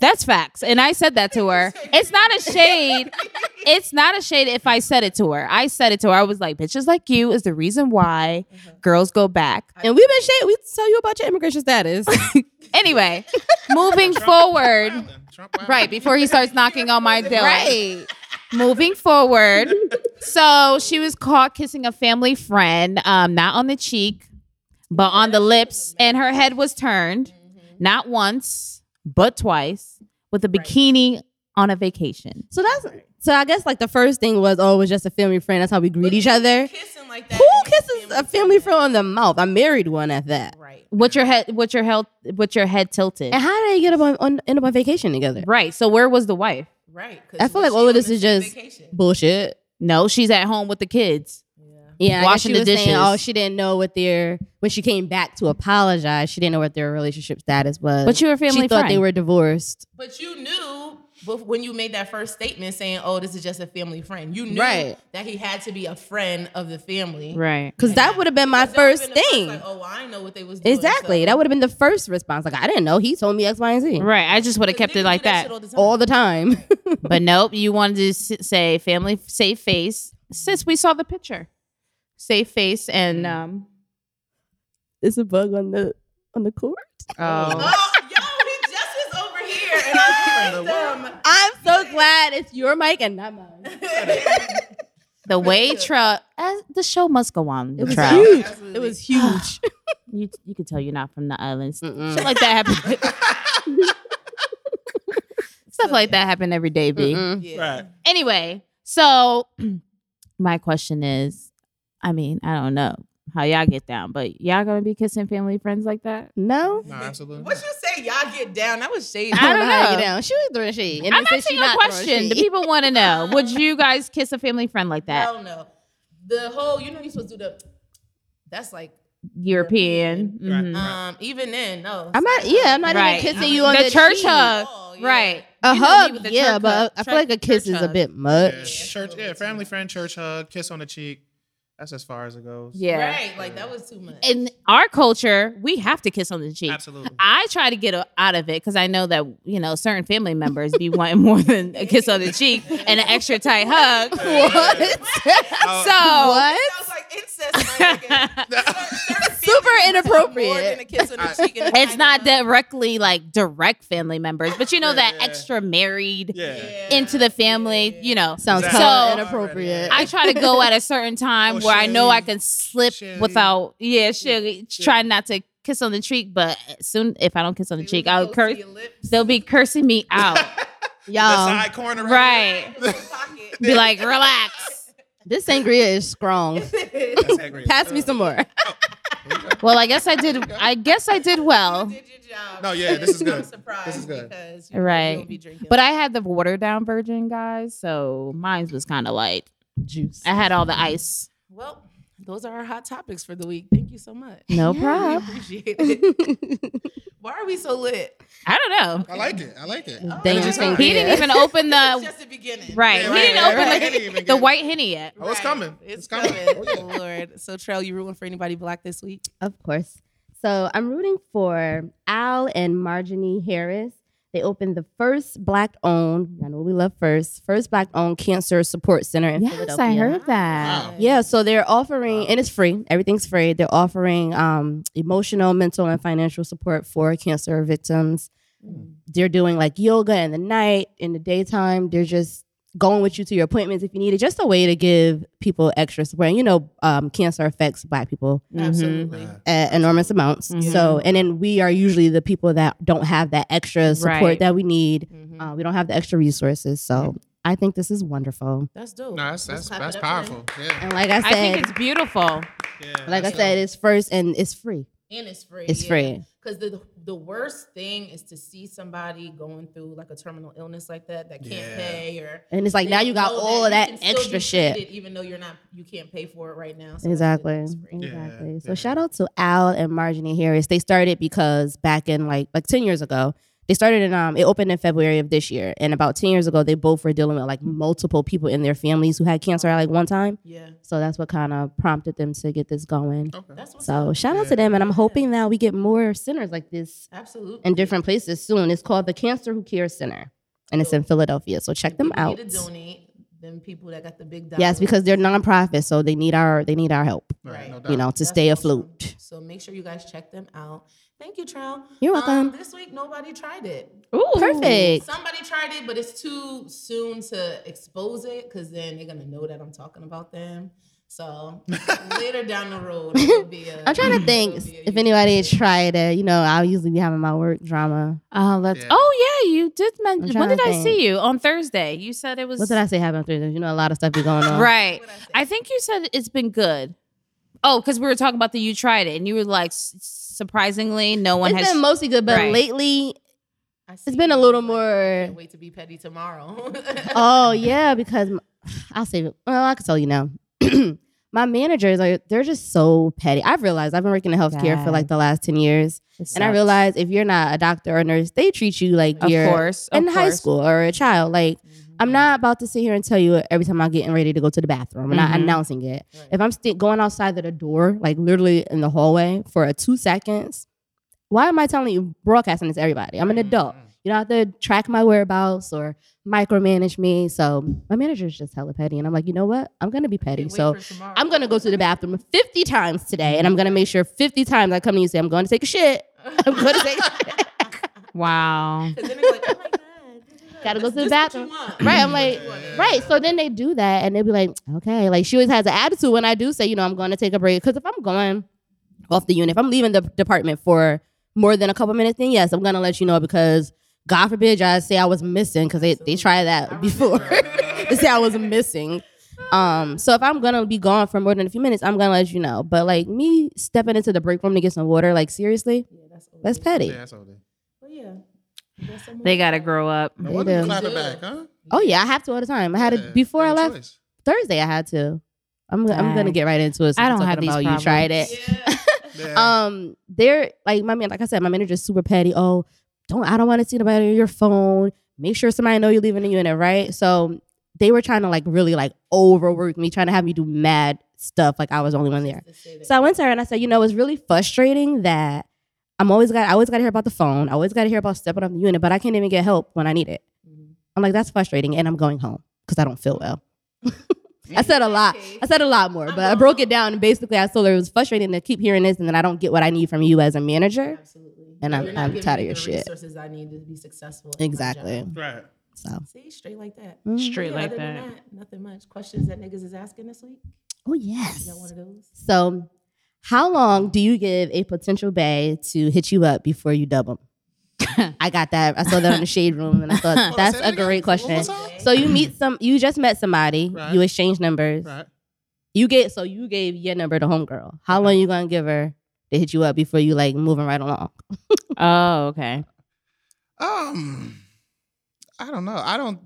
F: That's facts. And I said that to her. It's not a shade. It's not a shade if I said it to her. I said it to her. I was like, bitches like you is the reason why girls go back.
D: and we've been shaded. We tell you about your immigration status.
F: Anyway, moving forward. Right, before he starts knocking on my door.
D: right.
F: Moving forward. So she was caught kissing a family friend, um, not on the cheek, but on the lips, and her head was turned, not once, but twice, with a bikini on a vacation.
D: So that's so. I guess like the first thing was oh, it was just a family friend. That's how we greet each other.
B: Kissing like that.
D: Who kisses a family friend on the mouth? I married one at that.
B: Right.
F: What's your head? What's your health? What's your head tilted?
D: And how did they get up on, on end up on vacation together?
F: Right. So where was the wife?
B: Right. 'cause
D: I feel
B: was
D: like
B: she
D: all
B: on
D: of this is just
B: vacation?
D: bullshit.
F: No, she's at home with the kids.
D: Yeah, I guess she
F: Washing the
D: was saying,
F: dishes.
D: oh, she didn't know what their when she came back to apologize. She didn't know what their relationship status was.
F: But you were family
D: she thought
F: friend.
D: they were divorced.
B: But you knew bef- when you made that first statement saying, "Oh, this is just a family friend." You knew
D: Right.
B: that he had to be a friend of the family.
F: right.
D: Because that would have been my
B: Because that would've
D: first
B: been the
D: thing.
B: Like, oh, well, I didn't know what they was doing.
D: exactly.
B: so-
D: That would have been the first response. Like, I didn't know. He told me X, Y, and Z.
F: Right. I just would have
B: Because
F: kept
B: niggas
F: it
B: do
F: like that.
B: shit all the time.
D: All the time. (laughs)
F: but nope, you wanted to s- say family safe face since we saw the picture. Safe face and um
D: it's a bug on the on the court.
F: (laughs) oh.
B: Oh, (laughs) yo, he just is over here, and I
D: I'm so glad it's your mic and not mine.
B: praised him. (laughs)
F: the way Trout uh, the show must go on.
D: It was
F: Trout.
D: huge.
B: Absolutely.
D: It was huge.
F: You you can tell you're not from the islands.
B: Mm.
D: Mm-mm.
F: Shit like that happened.
B: (laughs)
F: (laughs) Stuff like that happened every day, B.
D: Mm-mm.
B: Yeah.
E: Right.
F: Anyway, so (clears throat) my question is, I mean, I don't know how y'all get down, but y'all gonna be kissing family friends like that?
D: No.
E: No, absolutely.
B: What you say? Y'all get down. That was shady.
F: I don't
D: how to
F: know.
D: get down. She was throwing shade. And
F: I'm
D: they said she
F: asking a
D: not throwing
F: question. The
D: shade. (laughs)
F: people want to know: Would you guys kiss a family friend like that?
B: Hell no. The whole, you know, you supposed to do the. That's like,
F: European,
E: Right.
F: mhm.
B: um, even then, no.
D: I'm not. Yeah, I'm not
F: Right.
D: even kissing you on
F: the,
D: the,
F: church
D: cheek.
F: hug,
B: Oh, yeah.
F: right?
D: A
F: You know me
D: hug,
F: with the
D: yeah,
F: church
D: but
F: hug.
D: I feel like a
F: Church-
D: kiss
F: church
D: is a
F: hug.
D: bit much.
E: Yeah, church, yeah, family friend, church hug, kiss on the cheek. That's as far as it goes.
F: Yeah.
B: Right. Like that was too much.
F: In our culture, we have to kiss on the cheek.
E: Absolutely.
F: I try to get a- out of it because I know that you know certain family members be wanting more than a kiss on the cheek and an extra tight
E: (laughs)
F: hug.
D: (laughs)
E: What?
D: Oh.
F: So
B: Sounds like incest. right? Like,
D: (laughs) Super
B: More than a
D: inappropriate.
B: kiss on the
E: (laughs)
B: cheek. and a
F: it's
B: tiny
F: not
B: hug.
F: directly like direct family members, but you know
E: Yeah,
F: that
E: yeah.
F: extra married
E: yeah.
F: into the family, you know.
D: Sounds
E: Exactly.
D: hella
F: So-
D: inappropriate.
F: I try to go at a certain time
E: Oh,
F: where I know I
E: Sherry.
F: can slip
E: Sherry.
F: without, yeah, Sherry,
E: Yeah.
F: try not to kiss on the cheek, but soon if I don't kiss on the
B: It
F: cheek,
B: was
F: I'll
B: close to
F: curse.
B: your lips.
F: They'll be cursing me out.
E: (laughs) The
D: Y'all,
E: side corner,
F: right.
D: (laughs)
B: Pocket.
F: Be like, relax.
D: this sangria is (laughs) strong.
E: That's angry.
D: Pass me some more. (laughs)
F: Well, I guess I did. I guess I did well,
B: did your job.
E: No, yeah, this
B: (laughs)
E: is
B: I'm
E: good.
B: surprised
E: This is good.
B: because
F: Right.
B: will be drinking.
F: but I had the watered down virgin guys, so mine was kind of light.
B: juice.
F: I had all the ice.
B: well, those are our hot topics for the week. Thank you so much.
F: No
B: I
F: problem.
B: (laughs) appreciate
D: (laughs)
B: it. Why are we so lit?
F: I don't know.
E: I like it. I like it.
D: Dangerous
B: Oh,
D: thing.
F: He didn't even open
B: (laughs) It's
F: the
B: just the beginning.
F: (laughs) right.
E: Yeah,
F: he didn't
E: right, right,
F: open the,
E: right. I didn't even
F: the
E: get-
F: white henny yet.
E: Oh, it's coming.
B: It's
E: It's coming.
B: coming.
E: Oh, yeah.
B: Oh, Lord. So, Trell, you rooting for anybody black this week?
D: Of course. So I'm rooting for Al and Marjorie Harris. They opened the first black owned, I know we love first, first black owned cancer support center in
F: Yes,
D: Philadelphia.
F: I heheard that.
E: Wow.
D: Yeah, so they're offering, and it's free. Everything's free. They're offering um, emotional, mental, and financial support for cancer victims.
F: Hmm.
D: They're doing like yoga in the night, in the daytime. They're just going with you to your appointments if you need it. Just a way to give people extra support. And you know, um, cancer affects Black people
F: Mm-hmm.
B: Absolutely.
E: Uh,
D: at enormous amounts.
F: Mhm.
D: So, and then we are usually the people that don't have that extra support
F: Right. Mm-hmm.
D: that we need.
B: Mhm.
D: Uh, we don't have the extra resources. So, I think this is wonderful.
B: That's dope.
E: No, that's
B: Let's
E: that's,
B: clap
E: that's
B: it up for them.
E: powerful. Yeah.
D: And like I
F: I think
D: said,
F: it's beautiful.
E: yeah
D: like I
E: that's
D: said,
E: it.
D: it's first and it's free.
B: And it's free.
D: It's free.
B: Because the the worst thing is to see somebody going through like a terminal illness like that that can't
E: Yeah.
B: pay or
D: And it's like
B: they
D: now you got
B: know
D: all of
B: you
D: that
B: can still be
D: extra shit.
B: treated Even though you're not, you can't pay for it right now. So that's good that
D: Exactly.
B: it's free.
D: Exactly. So
E: yeah.
D: shout out to Al and Marjorie Harris. They started because back in like like 10 years ago, they started in um it opened in February of this year. And about 10 years ago, they both were dealing with like multiple people in their families who had cancer at like one time.
B: Yeah,
D: So that's what kind of prompted them to get this going.
E: Okay.
B: that's what's
D: So
B: up.
D: shout out to them and I'm hoping that we get more centers like this
B: Absolutely.
D: in different places soon. It's called the Cancer Who Cares Center and it's in Philadelphia. So check them
B: People
D: out.
B: Need to donate. Them people that got the big dollar.
D: Yes, because they're nonprofit, so they need our they need our help.
E: Right, no doubt.
D: you know, to
B: That's
D: stay
B: awesome.
D: afloat.
B: So make sure you guys check them out. Thank you, Trow.
D: You're
B: Um,
D: welcome.
B: this week nobody tried it.
F: Ooh,
D: Perfect.
B: Somebody tried it, but it's too soon to expose it because then they're gonna know that I'm talking about them. So
E: (laughs)
B: later down the road, it'll be a, (laughs)
D: I'm trying to think
B: it'll be a
D: if
B: YouTube
D: anybody had
B: video.
D: tried it. You know, I'll usually be having my work drama.
F: Oh, let's.
E: Yeah.
F: Oh, yeah, you did
D: Uh, I'm
F: mention. When
D: trying
F: did
D: to
F: I
D: think.
F: see you on Thursday? You said it was.
D: What did I say happened on Thursday? You know, a lot of stuff be going on.
F: Right.
B: What'd I say?
F: I think you said it's been good. Oh, because we were talking about the you tried it, and you were like, s- surprisingly, no one
D: It's
F: has.
D: been mostly good, but
F: Right.
D: lately
B: I see
D: it's been a
B: you.
D: little
B: Can't
D: more.
B: wait to be petty tomorrow. (laughs)
D: (laughs) Oh yeah, because m- I'll save it. Well, I can tell you now. (clears throat) my managers are they're just so petty. I've realized I've been working in healthcare for
F: Bad.
D: like the last ten years, and I realize if you're not a doctor or nurse, they treat you like
F: of
D: you're
F: course, of
D: in high
F: course. Mm-hmm.
D: school or a child. Like
B: Mhm.
D: I'm not about to sit here and tell you every time I'm getting ready to go to the bathroom. I'm not
F: Mhm.
D: announcing it.
B: Right.
D: If I'm sti- going outside of the door, like literally in the hallway for a two seconds, why am I telling you broadcasting this to everybody? I'm an
F: Mm-hmm.
D: adult. You don't have to track my whereabouts or micromanage me. So my manager's just hella petty. And I'm like, you know what? I'm gonna be petty.
B: Can't wait
D: So
B: for tomorrow. (laughs)
D: I'm gonna go to the bathroom 50 times today, and I'm gonna make sure 50 times I come to you and say I'm going to take a shit. (laughs) I'm gonna take.
F: Wow.
B: Because then they're like, oh my god,
D: Gotta go to the
B: This is what you
D: bathroom.
B: want.
D: Right, I'm like,
B: This is what you want.
D: Right. So then they do that and they'll be like, okay. Like she always has an attitude when I do say, you know, I'm going to take a break. Because if I'm going off the unit, if I'm leaving the department for more than a couple minutes, then yes, I'm going to let you know because God forbid y'all say I was missing because they, they tried that before. (laughs)
B: (laughs)
D: they say I was missing. Um, so if I'm gonna be gone for more than a few minutes, I'm gonna let you know. But like me stepping into the break room to get some water, like seriously,
B: Yeah, that's over.
D: that's petty.
E: Yeah, that's all they.
B: But yeah. That's some
F: They
B: more.
F: gotta grow up.
E: No
D: They
E: wonder you
D: do.
E: clap it
B: They do.
E: back, huh?
D: Oh yeah, I have to all the time. I had
E: Yeah,
D: it before I
E: no
D: left
E: choice.
D: Thursday. I had to. I'm, I'm gonna
F: Dang.
D: get right into it. since
F: I
D: we're
F: don't have
D: talking
F: these
D: about You tried it.
F: problems.
D: (laughs)
B: Yeah.
E: Yeah.
D: um they're like my man like i said my manager's super petty oh don't i don't want to see nobody on your phone make sure somebody know you're leaving the unit right so they were trying to like really like overwork me trying to have me do mad stuff. Like I was the only one there. So I went to her and I said, you know, it's really frustrating that I'm always got I always gotta hear about the phone. I always gotta hear about stepping up the unit, but I can't even get help when I need it.
B: Mm-hmm.
D: I'm like, that's frustrating, and I'm going home because I don't feel well. (laughs) I said a lot. I said a lot more, but I broke it down and basically I told her it was frustrating to keep hearing this and then I don't get what I need from you as a manager.
B: Absolutely.
D: And I'm-
B: You're not
D: I'm
B: giving
D: tired
B: me
D: of your
B: the
D: shit.
B: Resources I need to be successful. at my
D: Exactly.
B: job.
E: Right.
D: So
B: See, straight like that.
D: Mhm.
F: Straight like
B: other than
F: that.
B: Nothing much. Questions that niggas is asking this week.
D: Oh
B: You
D: yes.
B: got one of those.
D: So, how long do you give a potential bay to hit you up before you dub them?
E: (laughs)
D: I got that. I saw that on the shade room, and I thought
E: Hold on,
D: that's
E: Oh, say
D: a
E: that again.
D: great question.
E: One more time?
D: So you meet some, you just met somebody,
E: Right.
D: you exchange numbers,
E: Right.
D: you get so you gave your number to homegirl. How long you gonna give her to hit you up before you like moving right along?
F: Oh, okay.
E: Um, I don't know. I don't.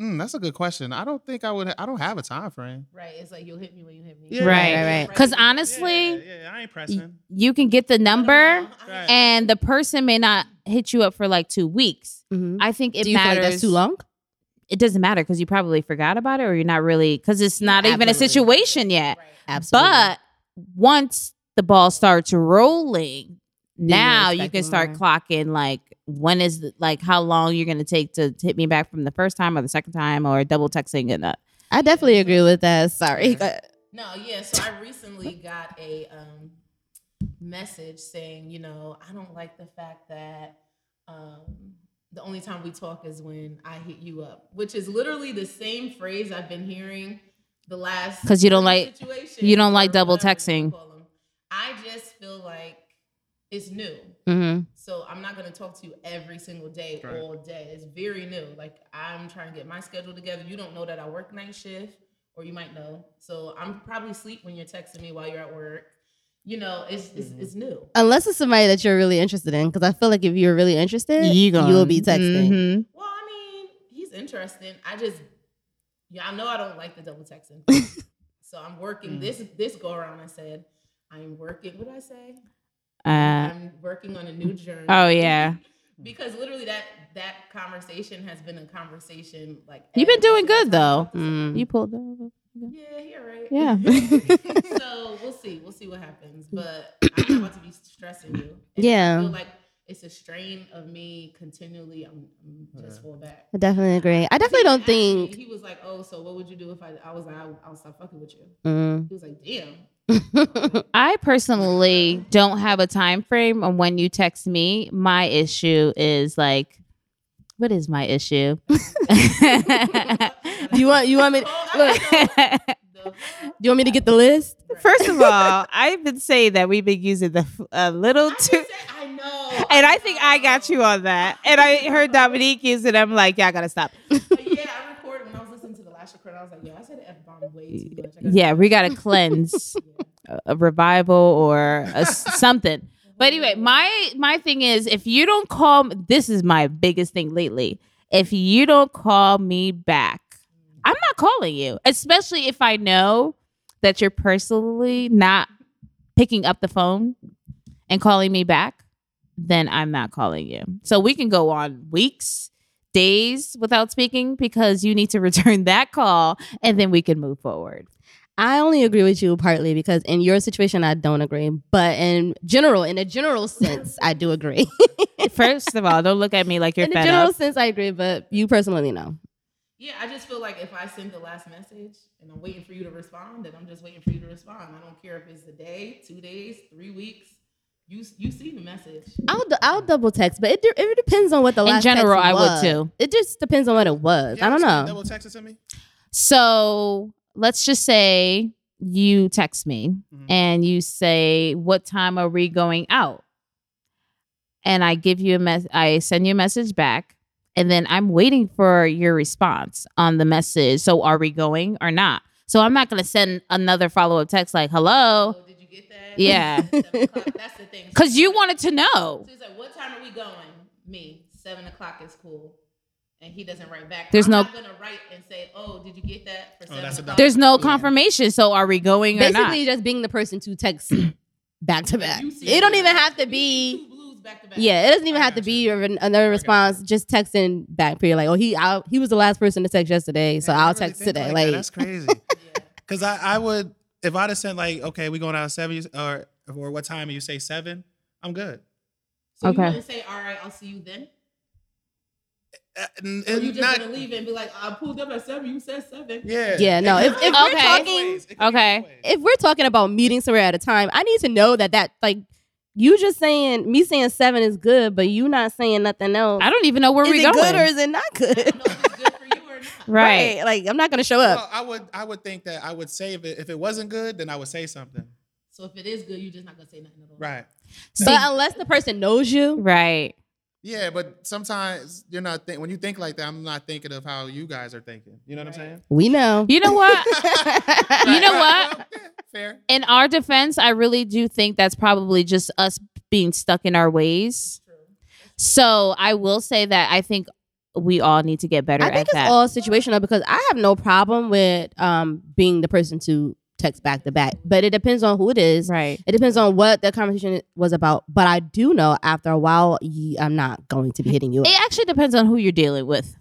E: Mm, that's a good question. I don't think I would. I don't have a time frame.
B: Right. It's like you'll hit me when you hit me.
E: Yeah.
F: Right,
D: right, right.
F: Because honestly,
E: yeah, I ain't
F: you can get the number,
E: Right.
F: and the person may not hit you up for like two weeks.
D: Mhm.
F: I think it
D: do you feel
F: matters.
D: like that's too long?
F: It doesn't matter because you probably forgot about it, or you're not really because it's not even a
D: Absolutely.
F: situation yet.
D: Absolutely.
F: But once the ball starts rolling,
D: you're
F: now you can
D: expecting
F: start
D: more.
F: clocking like when is the- like how long you're gonna take to hit me back from the first time or the second time or double texting and uh, that.
D: I definitely agree with that. Sorry.
B: No, yeah. So I recently got a um, message saying, you know, I don't like the fact that um, the only time we talk is when I hit you up, which is literally the same phrase I've been hearing the last.
F: 'Cause you don't
B: three
F: like-
B: situations
F: you don't like
B: or
F: double
B: whatever you
F: texting.
B: call 'em. I just feel like it's new.
F: Mm-hmm.
D: (laughs)
B: So I'm not gonna talk to you every single day,
E: Right.
B: all day. It's very new. Like I'm trying to get my schedule together. You don't know that I work night shift, or you might know. So I'm probably asleep when you're texting me while you're at work. You know, it's it's, it's new.
D: Unless it's somebody that you're really interested in, because I feel like if you're really interested, you Mm-hmm. will be texting.
B: Well, I mean, he's interesting. I just, yeah, I know I don't like the double texting. so I'm working this this go around. I said I'm working. What did I say?
F: Uh,
B: I'm working on a new journey.
F: oh yeah,
B: (laughs) because literally that that conversation has been a conversation like
F: you've been
B: every
F: doing
B: single
F: good
B: time.
F: though.
D: Mm.
F: You pulled over.
B: Yeah, you're right. (laughs)
F: Yeah.
B: so we'll see. We'll see what happens. But I'm not about to be stressing you. And
D: Yeah.
B: I feel like it's a strain of me continually. I'm, I'm just fall back.
D: I definitely agree. I definitely
B: He
D: don't
B: asked me-
D: think.
B: he was like, "Oh, so what would you do if I?" I was like, "I- "I'll stop fucking with you."
D: Mm. (laughs)
B: He was like,
F: (laughs)
B: "Damn."
F: I personally don't have a time frame on when you text me. My issue is like, what is
D: (laughs)
F: my issue? (laughs)
D: Do you want you want me do
B: Look, the,
D: you want me to get the list?
F: First of all, I've been saying that we've been using the f- a little
B: I,
F: too.
B: just said, I know.
F: And I think I got you on that. And I heard Dominique use it. I'm like, yeah, I gotta stop.
B: But yeah, I recorded when I was listening to the last record. I was like, "Yo, I said the f bomb way too much." I gotta
F: Yeah, we gotta cleanse a, a revival or a s- something. But anyway, my my thing is, if you don't call, m- this is my biggest thing lately. If you don't call me back, I'm not calling you. Especially if I know that you're personally not picking up the phone and calling me back, then I'm not calling you. So we can go on weeks, days without speaking because you need to (laughs) return that call, and then we can move forward.
D: I only agree with you partly because in your situation I don't agree, but in general, in a general sense, I do agree.
F: First of all, don't look at me like you're
D: in a
F: fed
D: general
F: up.
D: sense, I agree, but you personally no.
B: Yeah, I just feel like if I send the last message and I'm waiting for you to respond, then I'm just waiting for you to respond. I don't care if it's a day, two days, three weeks. You you see the message.
D: I'll d- I'll double text, but it de- it depends on what the
F: In
D: last
F: general,
D: text
F: I would
D: was.
F: too.
D: It just depends on what it was. I don't know.
E: Double text it to me.
F: So let's just say you text me
E: Mhm.
F: and you say, "What time are we going out?" And I give you a mess. I send you a message back, and then I'm waiting for your response on the message. So, are we going or not? So I'm not gonna send another follow up text like, "Hello,"
B: Oh, did you get that? (laughs)
F: Yeah.
B: Seven o'clock. That's the
F: (laughs)
B: thing.
F: because you wanted to know.
B: So he's like, "What time are we going?" Me. Seven o'clock is cool. And he doesn't write back.
F: There's
B: I'm
F: no-
B: Not gonna write and say, "Oh, did you get that?" For
E: Oh,
B: seven
E: that's a
B: o'clock?
F: There's no confirmation. So, are we going or not?
D: Basically, just being the person to text
F: (clears throat)
D: back to back.
B: You see
D: It don't
B: blue-
D: even have to
B: you see
D: be.
B: two blues back to back.
D: Yeah, it doesn't even
E: I
D: have to
E: gotcha.
D: be a- another response. Just texting back. Period. Like, oh, he I, he was the last person to text yesterday, so
E: Man, I
D: I'll
E: really
D: text
E: think
D: (laughs) today.
B: (laughs)
E: that.
D: Like,
E: that's crazy. Because I, I would if I'd have sent like, okay, we going out at seven or or what time? And you say seven, I'm good.
B: So
F: Okay.
B: you wouldn't say, all right, I'll see you then?
E: Uh, n-
B: Or you
E: n-
B: just
E: not-
B: gonna leave it and be like, I pulled up at seven, you said seven.
E: yeah,
D: Yeah, no.
B: (laughs)
D: If, if we're
F: Okay.
D: talking,
E: It could go both
F: Okay.
E: ways.
D: if we're talking about meeting somewhere at a time, I need to know that that like you just saying me saying seven is good, but you not saying nothing else.
F: I don't even know where
D: is
F: we're
D: it
F: going.
D: good or is it not good?
B: know if it's good for you or not.
F: (laughs)
D: (laughs)
F: right.
D: Like I'm not gonna show up.
E: Well, I would I would think that I would say if it, if it wasn't good, then I would say something.
B: So if it is good, you're just not gonna say nothing at all.
E: Right.
D: but unless the person knows you,
F: Right.
E: Yeah, but sometimes you're not think when you think like that, I'm not thinking of how you guys are thinking. You know what I'm saying?
D: we know.
F: (laughs) You know what? (laughs) You know
E: Right, well,
F: what?
E: (laughs) yeah, Fair.
F: In our defense, I really do think that's probably just us being stuck in our ways. So I will say that I think we all need to get better
D: I think
F: at
D: it's
F: that.
D: all situational because I have no problem with um being the person to text back to back, but it depends on who it is.
F: right.
D: It depends on what the conversation was about. But I do know after a while, ye, I'm not going to be hitting you. up.
F: It actually depends on who you're dealing with.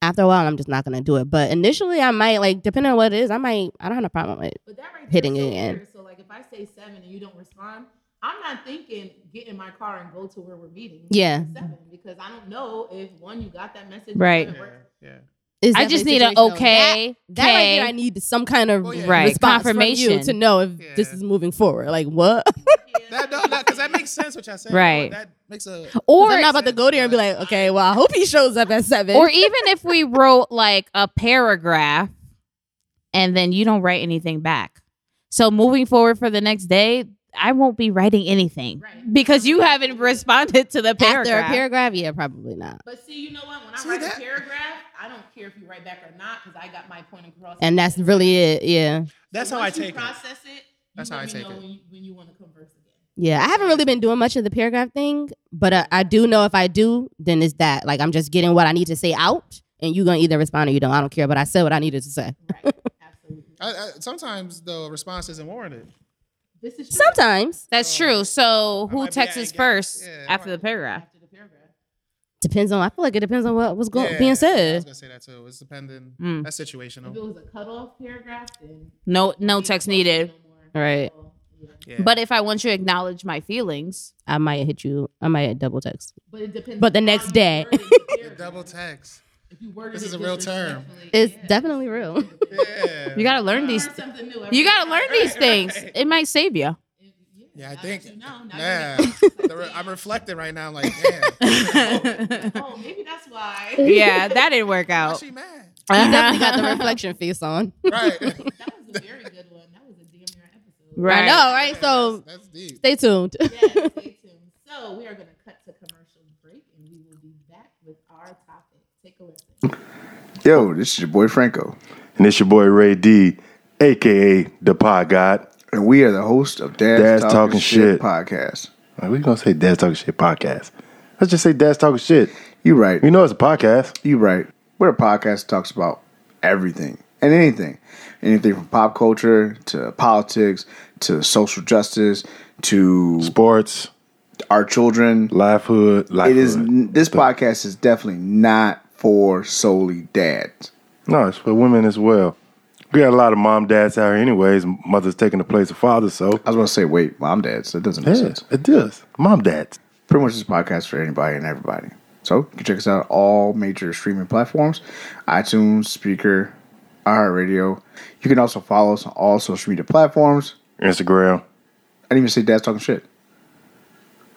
D: after a while, I'm just not gonna do it. But initially, I might like, depending on what it is, I might. I don't have a problem with. it.
B: But that right there
D: Hitting
B: is so
D: it in.
B: weird. So like if I say seven and you don't respond, I'm not thinking get in my car and go to where we're meeting.
D: Yeah.
B: at Seven because I don't know if one you got that message.
F: Right.
B: if it
E: Yeah, (laughs)
B: worked.
E: yeah.
D: It's
F: I just
D: definitely
F: need an
D: situational.
F: okay.
D: That, that right there,
F: okay.
D: I need some kind of
E: Well, Oh, yeah.
F: Right.
D: response confirmation
F: Confirmation.
D: to know if this
E: Yeah.
D: is moving forward. Like what?
B: Yeah.
E: That no, because that makes sense what y'all saying.
F: Right.
E: That makes a
F: Or
D: I'm not about to go there and be like, okay, well, I hope he shows up at seven.
F: or even if we wrote like a paragraph and then you don't write anything back. So moving forward for the next day, I won't be writing anything
B: Right.
F: because you haven't responded to the paragraph.
D: after a paragraph, yeah, probably not.
B: But see, you know what? When I
E: See
B: write
E: that?
B: a paragraph, I don't care if you write back or not because I got my point across.
D: And that's really it. Yeah,
E: That's how I
B: Once you
E: take it.
B: Process it.
E: That's
B: you
E: how
B: let
E: I
B: me
E: take
B: know
E: it.
B: When you, when you want to converse again.
D: yeah. I haven't really been doing much of the paragraph thing, but uh, I do know if I do, then it's that. Like I'm just getting what I need to say out, and you gonna either respond or you don't. I don't care, but I said what I needed to say. (laughs)
B: Right. Absolutely.
E: I, I, sometimes the response isn't warranted.
B: This is true.
D: Sometimes
F: That's
E: Oh.
F: true. So
E: might
F: who
E: be
F: texts
E: out
F: us
E: of gas.
F: first
E: Yeah.
F: after the paragraph?
B: After the paragraph.
D: depends on. I feel like it depends on what was going
E: Yeah,
D: being
E: I was
D: said.
E: gonna say that too. It's depending.
F: Mm.
E: That's
B: If
E: situational.
B: it was a cutoff paragraph, then
F: No, no text needed.
B: No more.
D: Right.
B: So, yeah.
E: Yeah.
F: But if I want you to acknowledge my feelings,
D: I might hit you. I might double text.
B: But it depends.
D: But the
B: on
D: next
B: how you
D: day.
B: worded the
E: The
B: paragraph.
E: double text.
B: If you worded
E: This
B: it
E: is a real term.
B: disrespectfully,
D: It's
B: yeah.
D: definitely real. (laughs)
B: (laughs)
E: Yeah.
F: you gotta learn
B: Learn
F: these.
B: something new. every
F: You gotta
B: time.
F: learn these
E: Right,
F: things.
E: right.
F: It might save you.
B: Yeah, now
E: Yeah, I
B: that
E: think.
B: You know, now
E: yeah.
B: you
E: (laughs)
B: know.
E: The re- I'm reflecting right now. I'm
F: (laughs)
E: like, damn.
B: oh, maybe that's why.
D: (laughs)
F: yeah, that didn't work
E: Why
F: out.
E: she mad?
D: you definitely got
F: (laughs)
D: the reflection face on.
B: (laughs)
E: Right.
B: That was a very good one. That was a damn near episode.
D: I
F: Right.
D: know, (laughs) right?
E: Yeah,
D: So
E: that's, that's deep.
D: stay tuned.
B: Yes, stay tuned. So we are going to cut to commercial break, and we will be back with our topic. Take a listen.
J: Yo, this is your boy Franco. And it's your boy Ray D, aka the Pod God.
K: and we are the host of Dad's,
J: Dad's
K: Talking,
J: Talking Shit.
K: Shit podcast.
J: Like, we gonna say Dad's Talking Shit podcast. Let's just say Dad's Talking Shit.
K: You right.
J: We know it's a podcast.
K: You right. We're a podcast that talks about everything and anything, anything from pop culture to politics to social justice to
J: Sports,
K: our children.
J: livelihood,
K: It is
J: livelihood.
K: this podcast is definitely not for solely dads.
J: No, it's for women as well. We got a lot of mom dads out here anyways. Mothers taking the place of fathers, so
K: I was going to say, wait, mom, dads. That doesn't make
J: yes,
K: sense.
J: it does. Mom dads.
K: Pretty much this podcast for anybody and everybody. So you can check us out on all major streaming platforms, iTunes, Speaker, iHeartRadio. You can also follow us on all social media platforms. I
J: Instagram.
K: didn't even say dad's talking shit.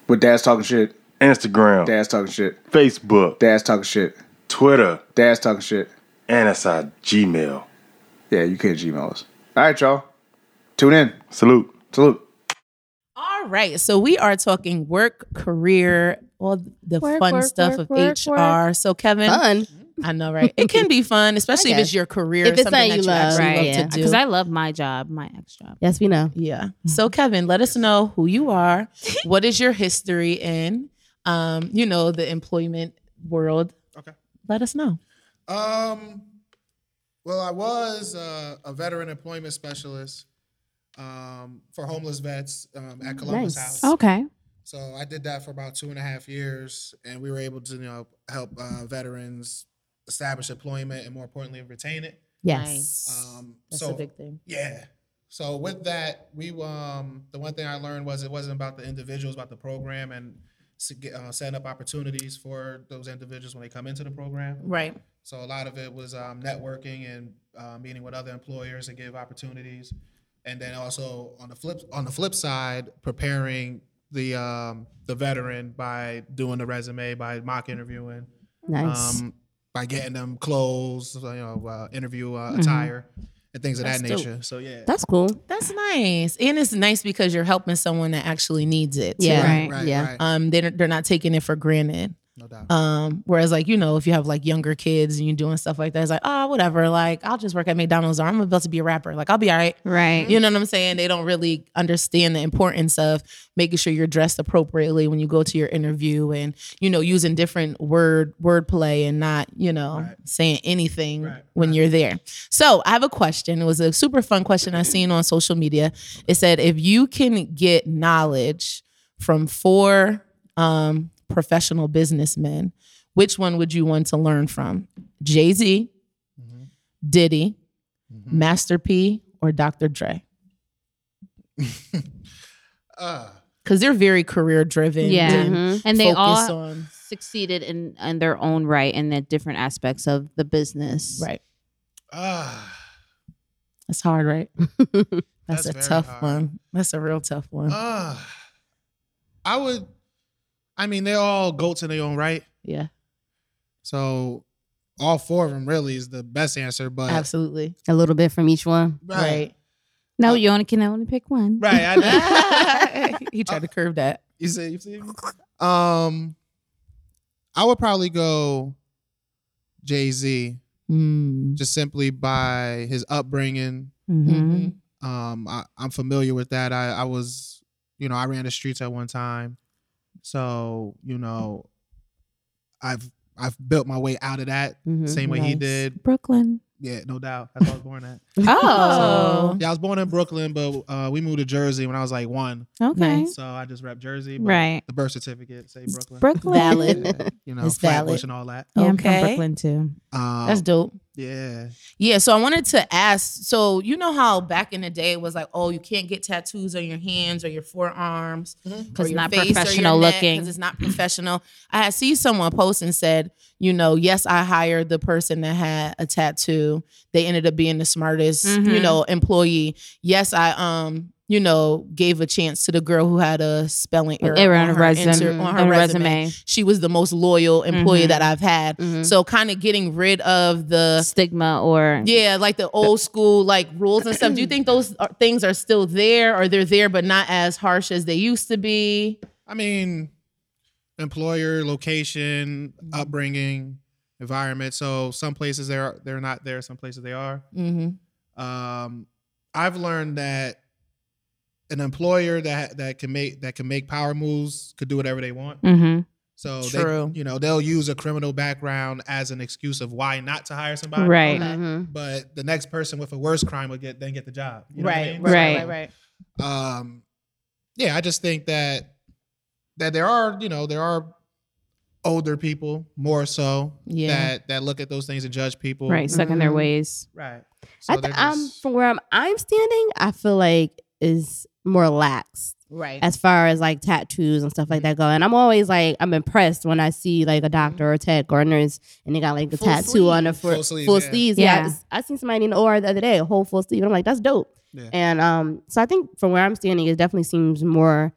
K: But dad's talking shit.
J: Instagram.
K: Dad's talking shit.
J: Facebook.
K: Dad's talking shit.
J: Twitter.
K: Dad's talking shit.
J: And it's our Gmail.
K: Yeah, you can Gmail us. All right, y'all. Tune in.
J: Salute.
K: Salute.
B: All right, so we are talking work, career, all the
D: Work,
B: fun
D: work,
B: stuff
D: work,
B: of
D: work,
B: HR. So Kevin,
D: (laughs) Fun.
B: I know, right? It can be
D: (laughs)
B: fun, especially if
D: guess.
B: it's your career,
D: If it's
B: something that you
D: something you love,
B: actually
F: right?
B: love
D: yeah.
B: to do.
F: Because I love my job, my ex job.
D: Yes, we know.
B: yeah. So Kevin, let us know who you are. what is your history in, um, you know, the employment world?
E: Okay.
B: Let us know.
E: Um, well, I was uh, a veteran employment specialist um, for homeless vets um, at Columbus
D: Nice.
E: House.
F: Okay.
E: So I did that for about two and a half years, and we were able to you know help uh, veterans establish employment and more importantly retain it.
D: Yes.
E: Um,
B: That's
E: so
B: a big thing.
E: yeah. So with that, we um the one thing I learned was it wasn't about the individuals, about the program and s- get, uh, setting up opportunities for those individuals when they come into the program.
B: Right.
E: So a lot of it was um, networking and uh, meeting with other employers and give opportunities, and then also on the flip on the flip side, preparing the um, the veteran by doing the resume, by mock interviewing,
D: Nice.
E: um, by getting them clothes, you know, uh, interview uh, attire, and things of that nature. So yeah,
D: Mm-hmm. That's cool.
B: That's nice. And it's nice because you're helping someone that actually needs it. too.
D: Yeah.
E: right,
D: Right,
E: right,
D: yeah.
E: right.
B: Um, they're, they're not taking it for granted.
E: no doubt.
B: Um, whereas like, you know, if you have like younger kids and you're doing stuff like that, it's like, oh, whatever, like I'll just work at McDonald's or I'm about to be a rapper. Like I'll be all right.
F: Right.
B: You know what I'm saying? They don't really understand the importance of making sure you're dressed appropriately when you go to your interview and, you know, using different word wordplay and not, you know, saying anything
E: Right,
B: when you're there. So I have a question. It was a super fun question I seen on social media. It said, if you can get knowledge from four um, professional businessmen, which one would you want to learn from? Jay Z,
E: Mm-hmm.
B: Diddy,
E: Mm.
B: Master P, or Dr. Dre?
E: (laughs) Uh,
B: Because they're very career driven.
F: Yeah.
D: Mhm.
B: Mm-hmm.
F: and they
B: focus
F: all
B: on
F: succeeded in, in their own right in the different aspects of the business.
B: right.
E: ah.
B: That's hard, right? (laughs) That's,
E: That's
B: a
E: very
B: tough
E: hard.
B: one. That's a real tough one.
E: Uh, I would. I mean, they're all goats in their own right.
B: yeah,
E: So all four of them really is the best answer. But
B: absolutely.
D: A little bit from each one.
E: right,
F: No, you only can only pick one.
E: right. I
F: (laughs)
E: know.
B: (laughs) he tried to curve that.
E: you see, you see. me? Um, I would probably go Jay Z
B: Mm.
E: just simply by his upbringing.
F: Mm-hmm.
E: Um, I, I'm familiar with that. I, I was, you know, I ran the streets at one time, so you know, I've I've built my way out of that
D: Mhm.
E: same way he
D: Nice.
E: did.
F: Brooklyn.
E: Yeah, no doubt. That's where I was born at.
F: Oh,
E: Yeah, I was born in Brooklyn, but uh, we moved to Jersey when I was like one.
F: okay.
E: So I just rep Jersey. But
F: Right.
E: The birth certificate say Brooklyn. (laughs)
F: Brooklyn.
B: Valid.
E: Yeah, you know,
B: It's
E: Flatbush
B: valid.
E: and all that.
C: Yeah, I'm
B: Okay.
C: from Brooklyn too.
E: Um,
B: That's dope.
E: Yeah.
B: Yeah, so I wanted to ask. So you know how back in the day it was like, oh, you can't get tattoos on your hands or your forearms because
F: it's Mm-hmm. not professional looking.
B: Because it's not professional. I had see someone post and said, you know, yes, I hired the person that had a tattoo. They ended up being the smartest, you
F: Mhm.
B: know, employee. Yes, I um, you know, gave a chance to the girl who had a spelling error
F: Error
B: on,
F: on
B: her,
F: her resume.
B: inter- on her
F: On her
B: resume. Mm-hmm.
F: resume.
B: She was the most loyal employee
F: Mhm.
B: that I've had.
D: Mhm.
B: So kind of getting rid of the
F: Stigma or
B: yeah, like the old school like rules and stuff. Do you think those are, things are still there, or they're there but not as harsh as they used to be?
E: I mean, employer, location,
B: Mm-hmm.
E: upbringing, environment. So some places they're they're not there. Some places they are.
B: Mm-hmm.
E: Um, I've learned that an employer that that can make that can make power moves could do whatever they want.
F: Mm-hmm.
E: So
B: True.
E: They, you know, they'll use a criminal background as an excuse of why not to hire somebody.
F: Right.
D: Mhm.
E: But the next person with a worse crime will get then get the job. You know what I mean?
F: right,
E: So,
F: right,
E: Um, yeah, I just think that that there are you know there are older people more so
B: Yeah.
E: that that look at those things and judge people.
F: Right. Stuck in their
C: Mm-hmm.
F: ways.
E: Right. So
D: I th-
E: they're
D: um,
E: just-
D: from where I'm, I'm standing, I feel like is more lax
B: right.
D: as far as like tattoos and stuff like
B: Mm-hmm.
D: that go. And I'm always like, I'm impressed when I see like a doctor or a tech or a nurse and they got like a
B: Mm-hmm. Full
D: tattoo on the
E: Full
D: full,
E: sleeves,
D: sleeves,
E: yeah.
D: full sleeves. Yeah,
F: Yeah.
D: I, I seen somebody in the OR the other day, a whole full sleeve. And I'm like, that's dope.
E: Yeah.
D: And um, so I think from where I'm standing, it definitely seems more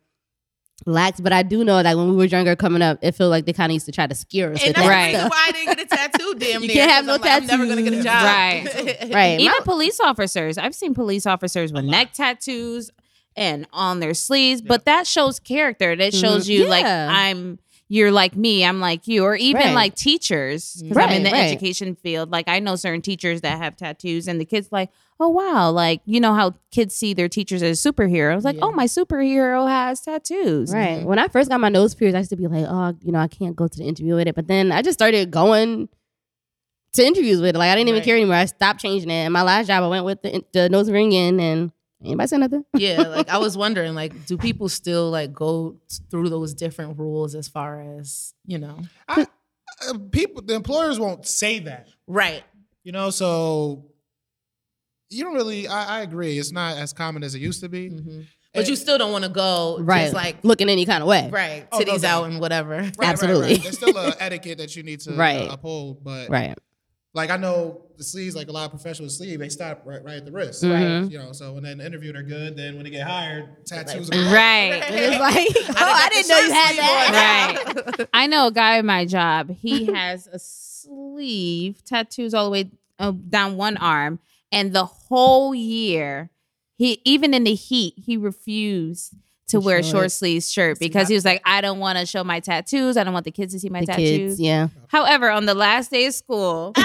D: lax. But I do know that when we were younger coming up, it felt like they kind of used to try to scare us.
B: And
D: with
B: that's
D: that
B: right.
F: Right.
D: stuff.
B: why I didn't get a tattoo. Damn,
D: You
B: near,
D: can't have
B: 'cause
D: no
B: I'm like, I'm never gonna get a job. (laughs)
F: tattoos.
D: Right.
F: Even
D: My-
F: police officers. I've seen police officers with neck tattoos and on their sleeves, but that shows character. That shows you like
D: Mm-hmm. Yeah.
F: I'm you're like me, I'm like you, or even
D: Right.
F: like teachers. Because I'm in
D: Right,
F: the
D: right.
F: education field. Like I know certain teachers that have tattoos and the kids like, oh wow, like you know how kids see their teachers as superheroes. Like,
B: Yeah.
F: oh my superhero has tattoos.
D: Right. When I first got my nose pierced, I used to be like, oh, you know, I can't go to the interview with it. But then I just started going to interviews with it. Like I didn't even
B: Right.
D: care anymore. I stopped changing it. And my last job, I went with the, the nose ring in, and anybody said nothing.
B: yeah, like I was wondering, like, do people still like go t- through those different rules as far as you know?
E: I, uh, people, the employers won't say that.
B: Right.
E: You know, so you don't really. I, I agree. It's not as common as it used to
B: Mm.
E: be.
B: Mm-hmm. But you still don't want to go right.
D: right?
B: just like
D: looking any kind of way,
B: right,
E: Oh, no,
B: titties
E: no.
B: out and whatever.
E: Right, right, right.
D: Absolutely.
E: There's still a etiquette that you need to uh,
D: Right.
E: uphold, but
D: Right.
E: like I know the sleeves, like a lot of professional sleeve, they stop right, right at the wrist.
D: Mm-hmm.
E: Right. You know, so when they interview, they're good. Then when they get hired, tattoos. Are
F: Right.
D: It's like, (laughs) oh, I didn't know you had that.
F: right.
D: (laughs)
F: I know a guy at my job. He has a sleeve tattoos all the way uh, down one arm, and the whole year, he even in the heat, he refused to wear a short sleeve shirt because he was like, I don't want to show my tattoos. I don't want the kids to see my
D: The
F: tattoos.
D: kids, yeah.
F: However, on the last day
D: (laughs)
F: of school, (laughs)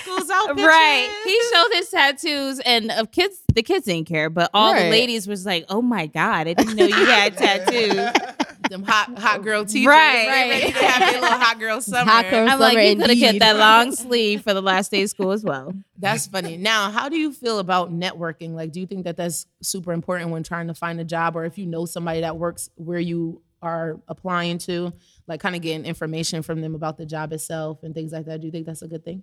F: school's out, right? He showed his tattoos, and of kids, the kids didn't care, but all the
D: Right.
F: ladies was like, "Oh my god, I didn't know you
D: (laughs)
F: had tattoos."
B: Them hot hot girl teachers,
F: Right.
B: They ready to
F: (laughs)
B: have their little hot girl summer.
D: Hot girl
F: I'm like,
D: summer
F: you could have kept
D: indeed.
F: that long sleeve for the last day of school as well.
B: That's funny. Now, how do you feel about networking? Like, do you think that that's super important when trying to find a job, or if you know somebody that works where you are applying to, like, kind of getting information from them about the job itself and things like that? Do you think that's a good thing?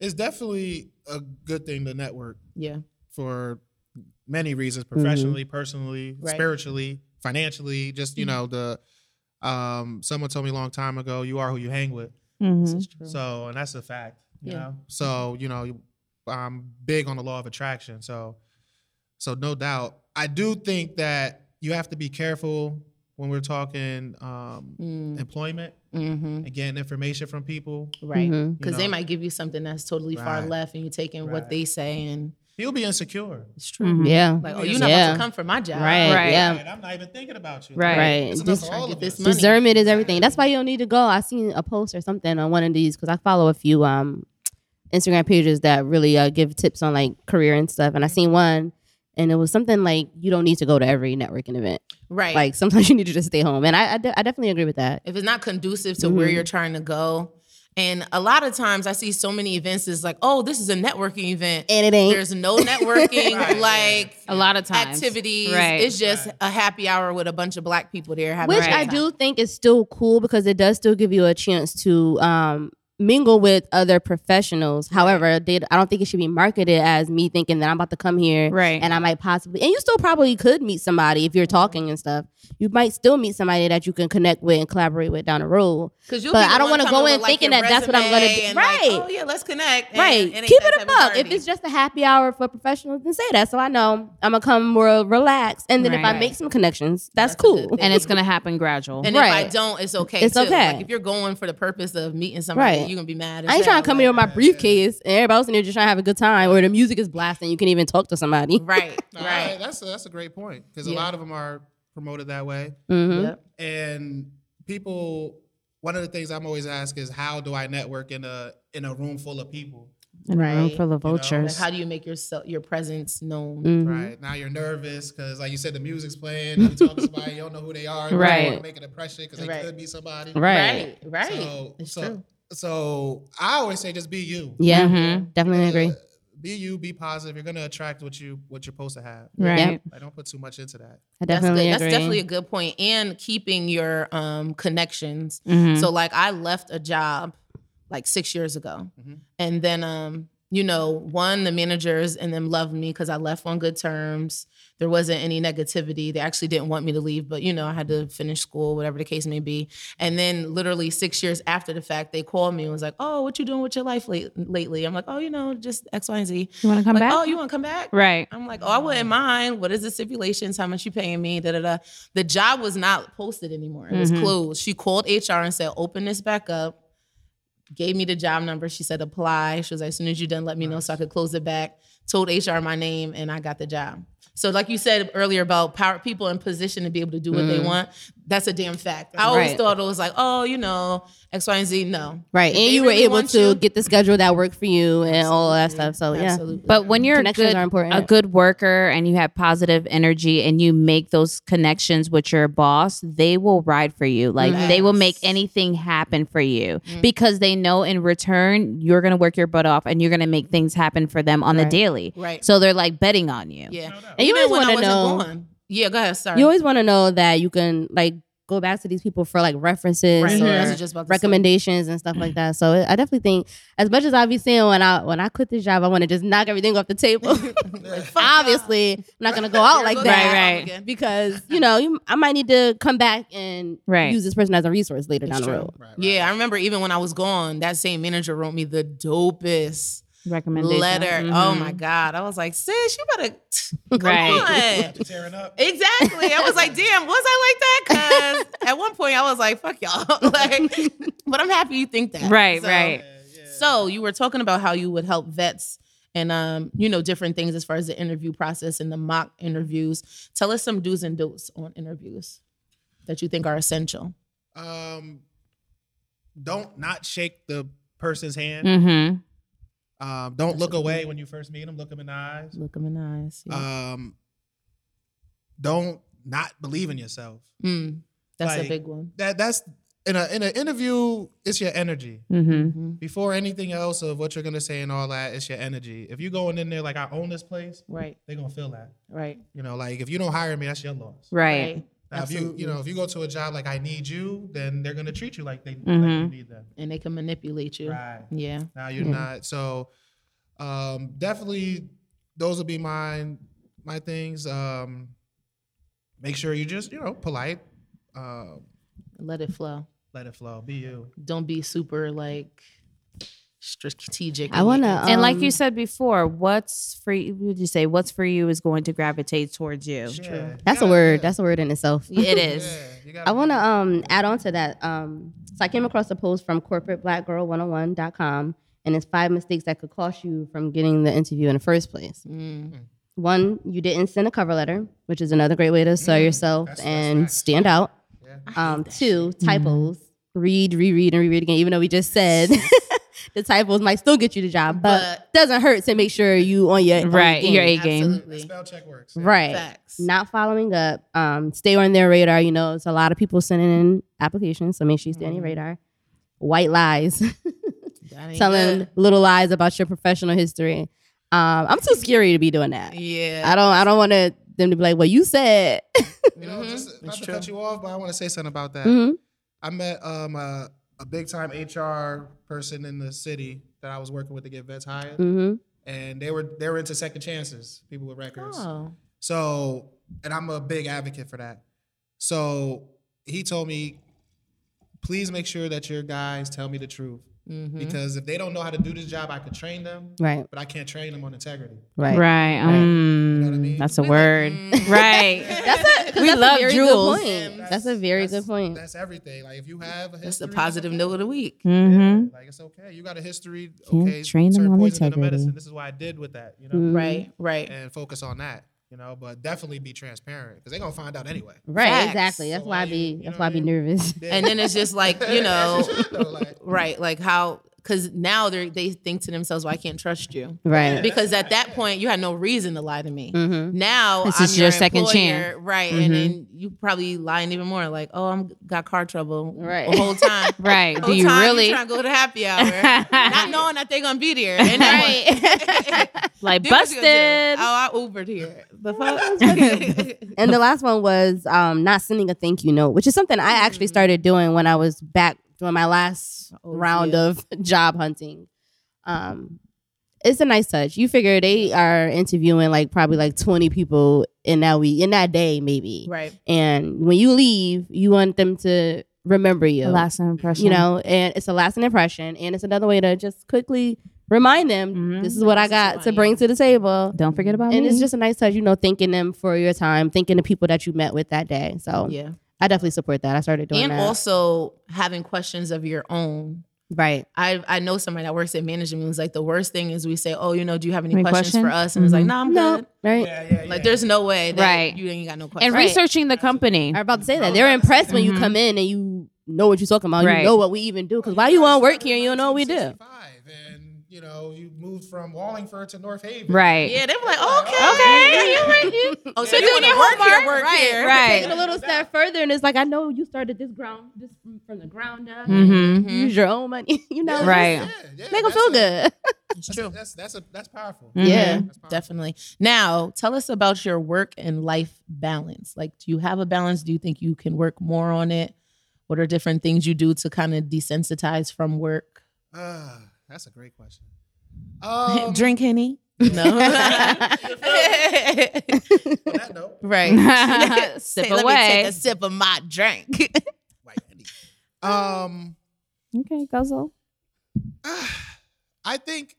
E: It's definitely a good thing to network
B: Yeah.
E: for many reasons professionally
D: Mm-hmm.
E: personally
B: Right.
E: spiritually financially just you know the um someone told me a long time ago you are who you hang with
B: This is true.
E: so and that's a fact you
B: Yeah.
E: know so you know you- i'm big on the law of attraction so so no doubt i do think that you have to be careful when we're talking um
B: Mm,
E: employment
B: hmm
E: and getting information from people
B: Right. Because
D: Mhm.
B: they
E: know.
B: might give you something that's totally far
E: Right.
B: left, and you're taking
E: Right.
B: what they say, and
E: he'll be insecure
B: it's true.
D: Yeah.
B: Like, oh, you're not about
D: Mm-hmm. Yeah.
B: to come for my job.
D: Right.
F: Right.
D: Yeah.
E: and i'm not even thinking about you
F: Right.
D: Right.
E: It's enough
D: Just
E: for
B: try to
E: all
B: get
E: of
B: this
E: us.
B: money.
D: Discernment is everything. That's why you don't need to go. I seen a post or something on one of these because I follow a few um Instagram pages that really uh, give tips on like career and stuff. And I seen one, and it was something like you don't need to go to every networking event.
B: Right.
D: Like sometimes (laughs) you need to just stay home. And I I, de- I definitely agree with that.
B: if it's not conducive to where
D: Mhm.
B: you're trying to go. And a lot of times I see so many events is like, oh, this is a networking event.
D: And it ain't.
B: There's
D: (laughs)
B: no networking
E: Right.
B: like
F: A lot of times.
B: activities.
F: Right.
B: It's just a happy hour with a bunch of black people there having a
D: which
B: good
D: I
B: time.
D: do think is still cool because it does still give you a chance to um, mingle with other professionals. However, they, I don't think it should be marketed as me thinking that I'm about to come here
F: Right.
D: and I might possibly and you still probably could meet somebody if you're talking and stuff. You might still meet somebody that you can connect with and collaborate with down the road.
B: Cause you'll
D: but
B: be the
D: I don't
B: one
D: wanna
B: coming
D: go in
B: with, like,
D: thinking
B: your
D: that that's what I'm gonna
B: resume
D: do.
B: and, like,
D: Right.
B: oh yeah, let's connect. and-
D: right.
B: and ain't
D: Keep it
B: that
D: a
B: type of
D: buck. If
B: party.
D: it's just a happy hour for professionals, then say that. So I know I'm gonna come more relaxed. And then if I
F: Right.
D: make some connections,
B: That's
D: that's,
B: a good
D: cool.
B: thing.
F: and it's going to happen gradual.
B: and if I
D: right.
B: don't, it's okay.
D: It's
B: too.
D: okay.
B: Like if you're going for the purpose of meeting somebody,
D: Right.
B: you're gonna be mad. as
D: I ain't
B: hell.
D: trying to come here with my briefcase and everybody else in there just trying to have a good time or the music is blasting. You can even talk to somebody.
B: Right.
D: (laughs)
E: Nah, I-
B: Right.
E: that's a, that's a great point because
B: Yeah.
E: a lot of them are promoted that way,
D: Mm-hmm.
B: Yep.
E: and people. One of the things I'm always asked is how do I network in a in a room full of people?
B: Right.
F: full of
E: You know,
B: Like,
F: vultures.
B: how do you make yourself your presence known?
D: Mm-hmm.
E: Right now you're nervous because, like you said, the music's playing. You talk to somebody, you don't know who they are. You
F: Right.
E: want to make an impression because they
B: Right.
E: could be somebody.
D: Right.
B: Right. Right.
E: So,
B: it's
E: so,
B: true.
E: so I always say just be you.
D: Yeah,
B: Mm-hmm.
F: Mhm.
D: definitely
E: Uh,
D: agree.
E: Be you. Be positive. You're gonna attract what you what you're supposed to have.
B: Mm.
D: Yeah.
F: Right.
E: Like, don't put too much into that.
D: I
B: That's
D: definitely
B: good.
D: agree.
B: That's definitely a good point. And keeping your um connections.
F: Mhm.
B: So like I left a job like six years ago.
E: Mhm.
B: And then um, you know, one, the managers and them loved me because I left on good terms. There wasn't any negativity. They actually didn't want me to leave, but you know, I had to finish school, whatever the case may be. And then literally six years after the fact, they called me and was like, Oh, what you doing with your life late- lately? I'm like, Oh, you know, just X, Y, and Z.
F: you want to come
B: like,
F: back?
B: oh, you wanna come back?
F: right.
B: I'm like, oh, I wouldn't mind. What is the stipulations? How much you paying me? Da da da. The job was not posted anymore. It was
D: Mm-hmm.
F: Mhm.
B: closed. She called HR and said, open this back up. Gave me the job number. She said, apply. She was like, as soon as you're done, let me know so I could close it back. Told HR my name and I got the job. So, like you said earlier about power people in position to be able to do what they want, that's a damn fact. I always
D: Mm-hmm. Right.
B: thought it was like, oh, you know, X, Y, and Z. No.
D: right.
B: they
D: And you were
B: really
D: able
B: want
D: to
B: you-
D: get the schedule that worked for you and all that stuff. So yeah.
B: Absolutely.
F: But when you're a
D: Connections
F: good,
D: are important.
F: a good worker and you have positive energy and you make those connections with your boss, they will ride for you. Like they will make anything happen for you because they know in return you're going to work your butt off and you're going to make things happen for them on the daily.
B: Right.
F: So they're like betting on you.
B: yeah.
D: And you
B: Even
D: always
B: when I
D: wanna
B: wasn't
D: know-
B: going. Yeah, go ahead. Sorry.
D: You always want to know that you can like go back to these people for like references
B: Right. Mm-hmm.
D: or
B: That's what just about to say.
D: recommendations and stuff like that. So I definitely think, as much as I be saying when I when I quit this job, I want to just knock everything off
B: (laughs)
D: the table. (laughs) Obviously, I'm not gonna go out like
B: Right,
D: that,
F: right.
B: again.
D: Because you know, you, I might need to come back and
F: Right.
D: use this person as a resource later down the road.
B: Yeah, I remember even when I was gone, that same manager wrote me the dopest
F: recommendation.
B: letter. Oh
F: Mhm.
D: Mm-hmm.
B: my God. I was like, sis, you better (laughs) come
F: (laughs) Right.
B: on.
E: Tearing up.
B: Exactly. I was like, damn, was I like that? Because at one point I was like, fuck y'all. (laughs) like, but I'm happy you think that.
F: Right,
B: So-
F: right.
B: So you were talking about how you would help vets and um, you know, different things as far as the interview process and the mock interviews. Tell us some do's and don'ts on interviews that you think are essential.
E: Um, don't not shake the person's hand.
B: Mm.
F: Mm-hmm.
E: Um, don't look away when you first meet them. Look them in the eyes.
B: Look them in the eyes. yeah.
E: Um, don't not believe in yourself.
B: Mm, that's
E: like-
B: a big one.
E: That that's in a in an interview. It's your energy.
F: Mm-hmm.
B: Mhm.
E: Before anything else of what you're gonna say and all that, it's your energy. If you going in there like I own this place,
B: Right,
E: they gonna feel that.
B: right,
E: You know, like if you don't hire me, that's your loss.
F: Right.
B: right.
E: Now, if you
B: Absolutely.
E: you know if you go to a job like I need you, then they're gonna treat you like they
D: Mm-hmm.
E: like you
F: Mhm.
E: need them.
B: And they can manipulate you.
E: Right.
B: Yeah.
E: Now you're not. So um, definitely those will be mine my things. Um, make sure you just, you know, polite. Uh,
B: Let it flow.
E: let it flow. Be you.
B: Don't be super like strategic.
D: I wanna,
B: and-
F: and like you
D: Um,
F: said before, what's for you? Would you say what's for you is going to gravitate towards
E: Yeah,
F: you?
E: you
D: That's a
E: gotta-
D: word.
E: yeah,
D: That's a word in itself.
F: It
E: yeah,
F: is.
E: you gotta
D: I want
E: be-
D: to um add on to that. Um, so I came across a post from corporateblackgirl101.com, and it's five mistakes that could cost you from getting the interview in the first place.
F: uh,
B: Mm,
D: One, you didn't send a cover letter, which is another great way to sell
E: Mm,
D: yourself
E: that's- that's
D: and
E: facts.
D: stand out.
E: Yeah.
D: Um, two, typos. Mm-hmm. Read, reread, and reread again. Even though we just said (laughs) the typos might still get you the job, but, doesn't hurt to make sure you on your on your
F: Right,
D: game.
F: your A game.
B: Mm. absolutely.
E: Spell check works.
D: right
B: Facts.
D: not following up. Um, stay on their radar. You know, it's a lot of people sending in applications, so make sure you stay on your radar. White lies, (laughs)
B: That ain't
D: telling
B: good.
D: little lies about your professional history. Um, I'm too scary to be doing that.
B: Yeah.
D: I don't. I don't want to, them to be like, "Well, you said."
E: You know,
B: Mhm.
E: just not
B: It's
E: to
B: true.
E: cut you off, but I want to say something about that.
D: Mhm.
E: I met um, a, a big time HR person in the city that I was working with to get vets hired,
D: Mhm.
E: and they were they were into second chances, people with records.
B: Oh.
E: So, and I'm a big advocate for that. So he told me, please make sure that your guys tell me the truth.
B: Mm-hmm.
E: Because if they don't know how to do this job, I could train them,
D: Right.
E: but I can't train them on integrity.
D: Right.
F: Right. Um,
E: You know what I mean?
F: That's a word. (laughs)
B: (laughs)
F: right.
D: That's a, 'cause
F: We
D: that's
F: love
D: a very
F: jewels.
D: Good point. That's, a very good point.
E: That's everything. Like if you have a history,
B: That's the positive note of the week.
F: Mm-hmm.
E: Like it's okay. You got a history.
F: Can't
E: okay,
F: train them
E: certain
F: on
E: poisons in the
F: integrity.
E: medicine. This is why I did with that. You know,
D: Mhm.
B: Right, right.
E: and focus on that. You know, but definitely be transparent because they're gonna find out anyway. (laughs)
D: Right.
B: Facts. mm-hmm.
D: Exactly. That's
E: So
D: why I
E: why you-
D: be.
E: you
D: That's
E: know
D: why I
E: what
D: be
E: I
D: nervous.
B: And then it's just like, you know, right, like how, because now they they think to themselves, well, I can't trust you.
D: (laughs) Right.
B: Because at that point, you had no reason to lie to me.
D: Mm-hmm.
B: Now
F: This
B: I'm
F: is your second
B: employer,
F: chance.
B: right?
F: Mhm.
B: And then you probably lying even more, like, "Oh, I'm got car trouble."
D: Right.
B: the whole time.
F: (laughs) (laughs) Right.
B: The
F: Do
B: whole
F: you
B: time
F: really?
B: trying to go to happy hour,
F: (laughs)
B: not knowing that they're gonna be there? And (laughs) right.
F: like busted?
B: Oh, I Ubered here. The fuck.
D: And the last one was um, not sending a thank you note, which is something I actually started doing when I was back doing my last
B: Mm-hmm. Oh,
D: round
B: yeah.
D: of (laughs) job hunting. Um, it's a nice touch. You figure they are interviewing like probably like twenty people in that week, in that day maybe.
B: (laughs) right.
D: And when you leave, you want them to remember you.
F: Last impression.
D: you know, and it's a lasting impression, and it's another way to just quickly remind them
F: Mhm.
D: this is what I
B: Mm-hmm. This is
D: got
B: what
D: to
B: I
D: bring
B: am.
D: to the table
F: Don't forget about
D: and
F: me.
D: it's just a nice touch, you know, thanking them for your time, thanking the people that you met with that day. So
B: Yeah.
D: I definitely support that. I started doing
B: And
D: that.
B: also having questions of your own.
D: right.
B: I I know somebody that works in management. was like the worst thing is we say, "Oh, you know, do you have any
F: Any
B: questions
F: question?
B: for us?" And it's like,
F: Mhm.
B: "No, I'm
D: No.
B: good."
D: Right.
E: Yeah, yeah,
B: Like,
E: yeah.
B: there's no way that
F: Right.
B: you ain't got no questions.
F: and researching the company.
D: I'm about to say that. They're impressed when you
F: Mhm.
B: Mm-hmm.
D: come in and you know what you're talking about.
F: Right.
D: You know what we even do. Because why you want to work here, you don't know what
B: (laughs)
D: we do. (laughs)
E: 1965, And you know, you moved from Wallingford to North Haven.
F: Right.
B: Yeah, they were like, "Oh, "Okay,
F: Okay.
B: you right here." Oh, so
E: Yeah,
B: you
E: you
B: want to
E: wanna
B: work here?
F: homework?
B: Work
F: Right,
B: here?
F: right.
D: Take it a little step further, and it's like I know you started this ground, this from- from the ground up.
F: Mm-hmm.
D: Use your own money, (laughs) you know.
F: Right.
E: Yeah, yeah,
D: Make them
E: that's
D: feel
E: a-
D: good. Mm-hmm.
B: It's true.
E: That's that's a that's powerful.
B: (laughs) Yeah,
E: That's powerful.
B: definitely. Now, tell us about your work and life balance. Like, do you have a balance? Do you think you can work more on it? What are different things you do to kind of desensitize from work?
E: Ah, that's a great question.
D: (laughs)
E: Um,
B: Drink henny? No. (laughs)
E: on that note,
B: (laughs)
D: (laughs) Uh-huh.
B: right. (laughs) Let
F: Sip
B: me take
F: away.
B: a sip of my drink.
E: white Andy. Um,
F: Mm-hmm. Okay, Guzzle.
E: ah, I think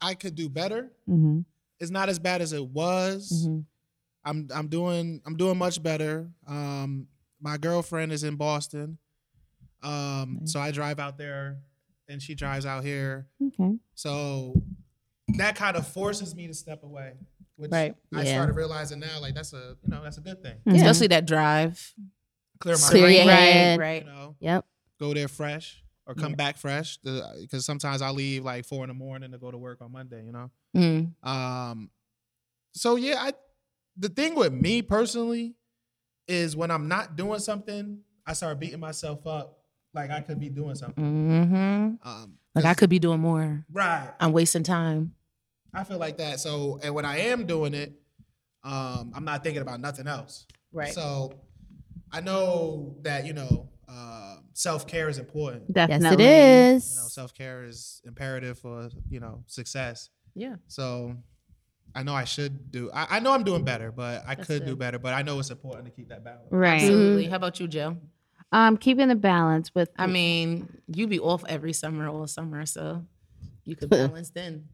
E: I could do better.
F: Mm-hmm.
E: It's not as bad as it was.
B: Mhm.
E: I'm I'm doing I'm doing much better. Um, my girlfriend is in Boston, um, so I drive out there, and she drives out here.
F: Okay.
E: So that kind of forces me to step away, which
B: Right.
E: I
B: Yeah.
E: started realizing now. Like that's a you know that's a good thing.
F: Mm-hmm.
B: Especially that drive.
E: Clear my
D: Clear
E: brain,
D: your head.
E: you
B: Right.
E: know,
D: Yep.
E: go there fresh or come back fresh because sometimes I leave like four in the morning to go to work on Monday. You know.
B: Mm.
E: Um, so yeah, I the thing with me personally is when I'm not doing something, I start beating myself up like I could be doing something.
B: hmm
E: Um,
B: Like, I could be doing more.
E: right.
B: I'm wasting time.
E: I feel like that. So and when I am doing it, um, I'm not thinking about nothing else. So I know that you know uh, self care is important.
D: Yes, it
L: Definitely.
E: You know,
D: is.
E: self care is imperative for you know success.
B: Yeah.
E: So I know I should do. I, I know I'm doing better, but I
B: That's
E: could do
B: good.
E: better. But I know it's important to keep that balance.
F: Mm.
C: Right.
B: Absolutely. How about you, Jill?
C: Um, keeping the balance with
F: Mm.
B: I mean, you be off every summer all summer, so you could balance then.
D: Right.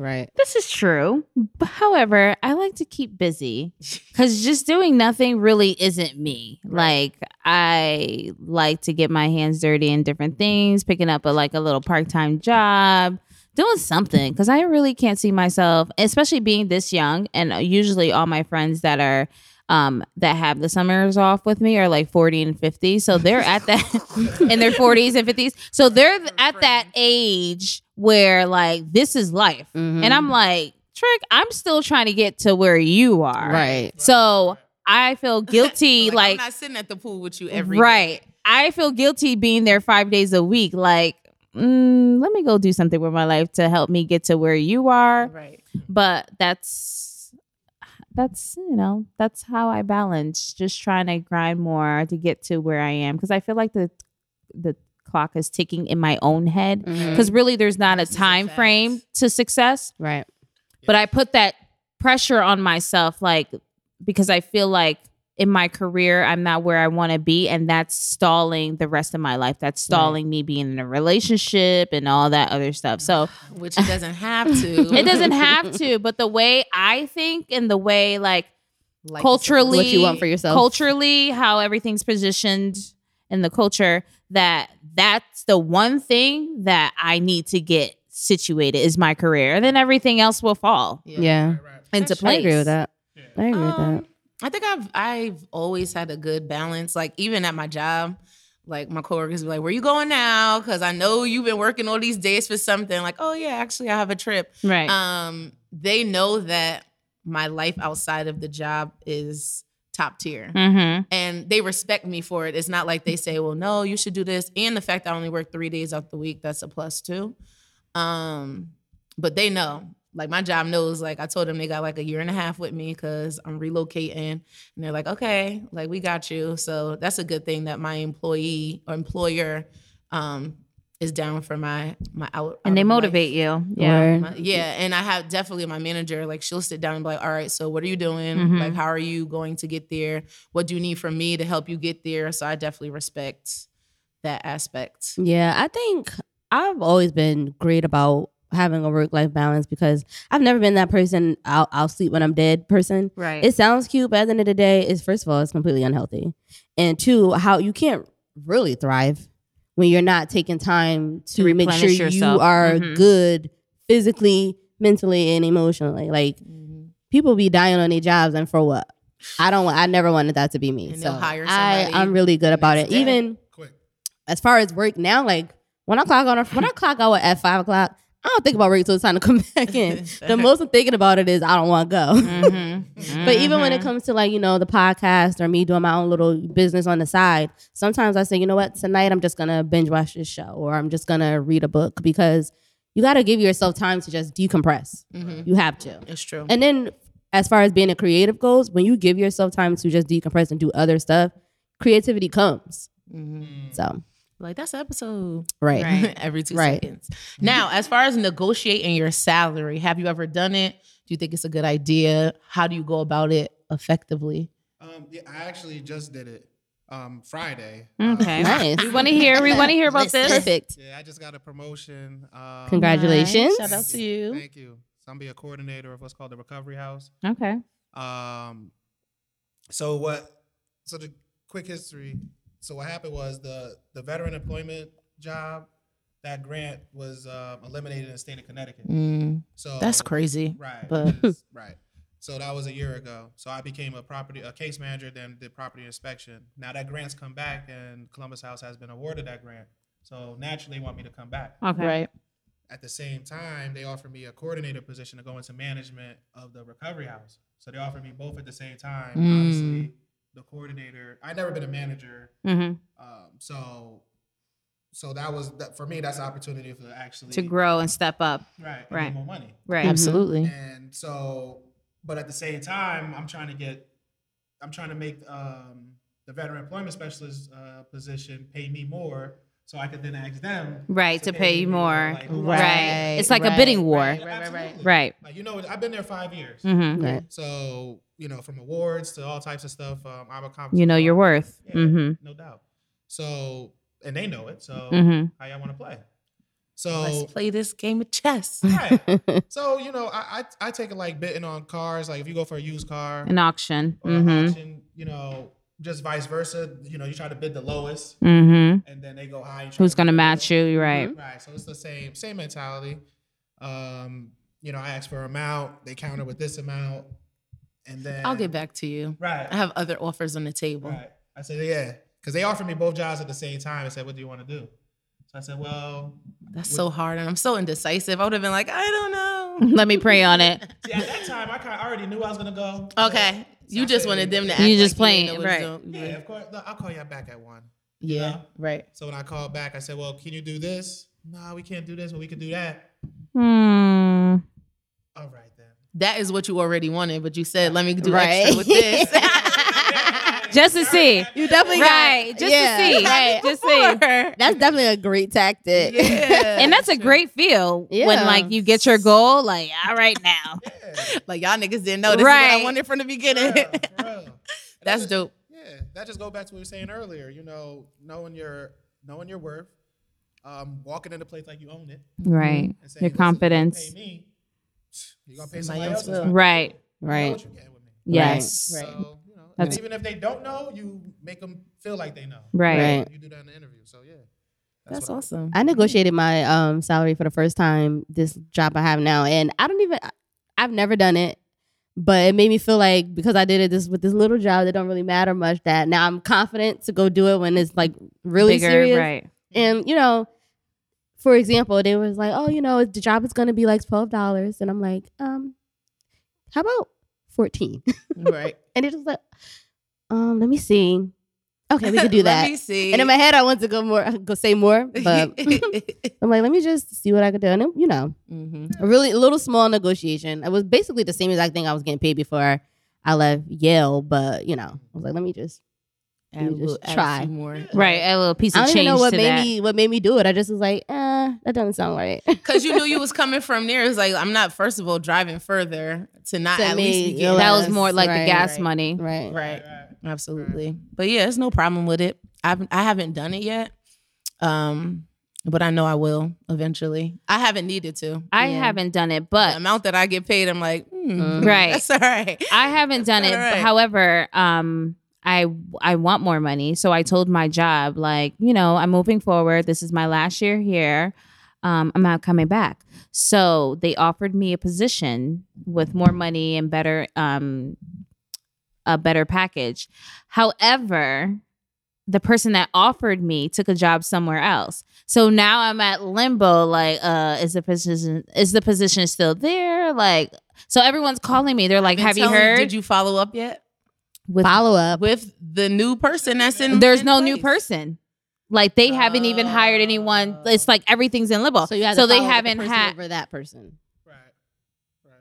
C: Right.
F: This is true. But however, I like to keep busy because just doing nothing really isn't me. Like I like to get my hands dirty in different things, picking up a like a little part time job, doing something because I really can't see myself, especially being this young. And uh, usually, all my friends that are um that have the summers off with me are like 40 and 50 so they're at that (laughs) in their 40s and 50s so they're at that age where like this is life
D: Mhm.
F: and i'm like trick i'm still trying to get to where you are
D: Right.
F: so
B: (laughs)
F: i feel guilty
B: I'm
F: like,
B: not sitting at the pool with you every day.
F: right i feel guilty being there five days a week like mm, let me go do something with my life to help me get to where you are
B: Right.
F: but that's that's you know that's how i balance just trying to grind more to get to where i am because i feel like the the clock is ticking in my own head
B: Mm-hmm.
D: Mhm.
F: because really there's not a
B: This is a
F: time
B: fact.
F: frame to success
D: Right.
F: but i put that pressure on myself like because i feel like in my career i'm not where i want to be and that's stalling the rest of my life that's stalling me being in a relationship and all that other stuff so
B: Which it doesn't have to.
F: (laughs) it doesn't
D: (laughs)
F: have to, but the way I think and the way like
B: Like,
F: culturally
D: What you want for yourself.
F: Culturally, how everything's positioned in the culture that that's the one thing that I need to get situated is my career. And then everything else will fall.
D: Yeah.
F: Into
D: I
F: place.
D: agree with that. I agree with
B: Um,
D: that.
B: I think I've I've always had a good balance. Like even at my job, like my coworkers be like, "Where you going now?" Because I know you've been working all these days for something. Like, oh yeah, actually I have a trip.
F: Right.
B: Um, they know that my life outside of the job is top tier,
F: mm-hmm.
B: and they respect me for it. It's not like they say, "Well, no, you should do this." And the fact I only work three days out the week, that's a plus too. Um, but they know. Like my job knows, like I told them they got like a year and a half with me because I'm relocating. And they're like, okay, like we got you. So that's a good thing that my employee or employer um is down for my my out.
F: And they
B: out of life.
F: motivate you. Yeah.
D: Word.
B: My- yeah, and I have definitely my manager. Like she'll sit down and be like, "All right, so what are you doing?
D: Mm-hmm.
F: Mhm.
B: Like, how are you going to get there? What do you need from me to help you get there?" So I definitely respect that aspect.
D: Yeah, I think I've always been great about having a work life balance because I've never been that person. I'll, I'll sleep when I'm dead person.
F: Right. (laughs)
D: It sounds cute, but at the end of the day, it's first of all, it's completely unhealthy, and two, how you can't really thrive when you're not taking time to, make sure
F: replenish yourself.
D: you are
B: Mm-hmm.
F: Mhm.
D: good physically, mentally, and emotionally. Like
B: Mm-hmm.
D: people be dying on their jobs, and for what? I don't. want. I never wanted that to be me.
B: And
D: so
B: they'll hire
D: I,
B: somebody
D: I'm really good about it.
B: next day.
D: Even
E: Quick.
D: as far as work now, like when I clock out, when I clock out at five o'clock, I don't think about work till it's time to come (laughs) back
B: (laughs)
D: in. the most I'm thinking about it is I don't want to
B: Mm-hmm.
D: go.
F: Mm-hmm.
D: (laughs) But even when it comes to like you know the podcast or me doing my own little business on the side, sometimes I say, you know what, tonight I'm just gonna binge watch this show or I'm just gonna read a book because you got to give yourself time to just decompress. You have to.
B: Mm-hmm. It's true.
D: Mm-hmm. And then, as far as being a creative goes, when you give yourself time to just decompress and do other stuff, creativity comes. So,
B: Mm-hmm. like that's the episode.
D: right.
B: (laughs)
D: (laughs)
B: Every two
D: Right.
B: seconds. Now, as far as negotiating your salary, have you ever done it? Do you think it's a good idea? How do you go about it effectively?
E: Um, yeah, I actually just did it um, Friday. (laughs)
F: Okay.
E: Uh,
D: Mm, Nice.
F: We want to hear. We want to hear about this.
D: Perfect.
E: yeah, I just got a promotion. Um,
D: Congratulations.
B: Shout out to
E: you.
B: you.
E: Thank you. So I'm be a coordinator of what's called the Recovery House.
F: Okay.
E: Um, so what? So the quick history. So what happened was the the veteran employment job that grant was um, eliminated in the state of Connecticut.
B: Mm,
E: So
B: that's crazy.
E: Right.
B: but- (laughs)
E: yes, right. So that was a year ago. So I became a property a case manager, then did property inspection. Now that grant's come back, and Columbus House has been awarded that grant. So naturally, they want me to come back.
F: Okay.
B: Right.
E: At the same time, they offered me a coordinator position to go into management of the recovery house. So they offered me both at the same time.
F: Hmm.
E: Obviously, the coordinator. I never been a manager,
F: Mm-hmm.
E: um, so so that was that, for me. That's the opportunity for actually
F: To grow and step up.
E: right, and get
F: right. Mm-hmm.
E: more money.
F: Right.
B: Absolutely.
E: And so, but at the same time, I'm trying to get, I'm trying to make um, the veteran employment specialist uh, position pay me more, so I could then ask them
F: Mm-hmm. Right. To pay you more.
E: Like, who-
F: Right. It's like a bidding war. Right.
E: Absolutely.
F: Right.
E: Like, you know, I've been there five years,
F: Mm-hmm.
D: Right.
E: so you know, from awards to all types of stuff, um, I'm a
F: You know your worth.
E: Yeah,
F: Mm-hmm.
E: no doubt. So, and they know it. So,
F: Mm-hmm.
E: how y'all want to play? So
B: Let's play this game of chess.
F: (laughs)
E: Right. so you know, I, I I take it like bidding on cars. Like if you go for a used car
F: An auction.
E: or an
F: Mm-hmm.
E: auction, you know, just vice versa. You know, you try to bid the lowest,
F: Mm-hmm.
E: and then they go high. and try
F: Who's
E: bid
F: gonna
E: the
F: match you? You're Right.
E: lowest. Right. So it's the same same mentality. Um, you know, I ask for amount, they counter with this amount, and then
B: I'll get back to you.
E: Right.
B: I have other offers on the table.
E: Right. I said, yeah, because they offered me both jobs at the same time. I said, what do you want to do? So I said, well,
B: That's so hard. And I'm so indecisive. I would have been like, I don't
F: (laughs)
B: know.
F: Let me pray on it.
E: see, at that time, I kind of already knew I was gonna go. so-
B: Okay. You just wanted them to act
F: You just
B: like
F: playing,
B: you didn't
F: right.
B: know what you
E: Yeah,
B: were doing.
E: of course. Look, I'll call y'all back at one.
B: Yeah.
E: know?
B: Right.
E: So when I called back, I said, "Well, can you do this? No, we can't do this, but we can do that."
F: Hmm.
E: All right
B: (laughs)
E: then.
B: That is what you already wanted, but you said, let me do
D: Right.
B: extra with this.
F: Just to see.
D: You definitely
F: Right. Just
D: Yeah.
F: to see. Right. Just to see.
D: That's definitely a great tactic.
F: And that's a great feel
D: Yeah.
F: when like you get your goal, like, all right now.
B: like y'all niggas didn't know this is what I
F: Right.
B: wanted from the beginning.
E: Yeah, for real. And that
B: (laughs) That's
E: just-
B: dope.
E: Yeah, that just go back to what we were saying earlier. You know, knowing your knowing your worth, um, walking into a place like you own it, and saying,
F: Right. Your
E: "Listen, you gonna
F: confidence.
E: Pay me. You're gonna pay
B: Somebody
E: somebody
B: else
E: else.
B: will.
F: Right.
E: What
D: Right.
E: you getting with me?
F: Yes.
D: Right.
E: So you know,
F: That's-
E: and even if they don't know, you make them feel like they know.
F: Right.
D: Right.
E: You do that in the interview. So yeah,
B: That's
E: what I-
B: awesome.
D: I negotiated my um, salary for the first time this job I have now, and I don't even I've never done it, but it made me feel like because I did it this with this little job that don't really matter much that now I'm confident to go do it when it's like really
F: Bigger.
D: serious.
F: Right.
D: And you know, for example, they was like, "Oh, you know, the job is going to be like twelve dollars," and I'm like, "Um, how about 14?
B: (laughs) Right.
D: (laughs) And they just like, "Um, let me see. Okay, we can do
B: (laughs)
D: that."
B: let me see.
D: And in my head, I want to go more, go say more,
B: (laughs)
D: (laughs) but I'm like, let me just see what I could do. And it, you know,
B: Mhm.
D: a really a little small negotiation. It was basically the same exact thing I was getting paid before I left Yale, but you know, I was like, let me just.
B: Add a
D: just
B: little- add a
D: try.
B: few more.
F: Right. A little piece of
D: I don't
F: change
D: even know what
F: to
D: made
F: that.
D: me what made me do it. I just was like, eh, that doesn't sound right. (laughs)
B: Cause you knew you was coming from there. It's like I'm not first of all driving further to not
D: To
B: at
D: me,
B: least be getting
F: that
D: less,
F: was more like
D: right,
F: the gas
B: right.
F: money.
D: right.
B: right. Absolutely. But yeah, it's no problem with it. I've I haven't done it yet. Um, but I know I will eventually. I haven't needed to.
F: I
D: Yeah.
F: haven't done it,
B: The
F: but Mm.
B: amount that I get paid, I'm like, hmm, (laughs)
D: Mhm.
F: Right.
B: That's all right.
F: I haven't
D: (laughs)
F: done it.
B: All right.
F: But However, um, I I want more money, so I told my job, like, you know, I'm moving forward. This is my last year here. Um, I'm not coming back. So they offered me a position with more money and better um a better package. However, the person that offered me took a job somewhere else. So now I'm at limbo. Like, uh, is the position is the position still there? Like, so everyone's calling me. They're like,
B: Been
F: "Have you
B: telling
F: heard?"
B: Did you follow up yet
F: With-
D: Follow up.
B: with the new person that's in?
F: There's
B: in
F: no new
B: place?
F: person. Like they haven't even hired anyone. It's like everything's in limbo.
D: So you have to
F: so they
D: follow the
F: haven't
D: person
F: had.
D: over that person.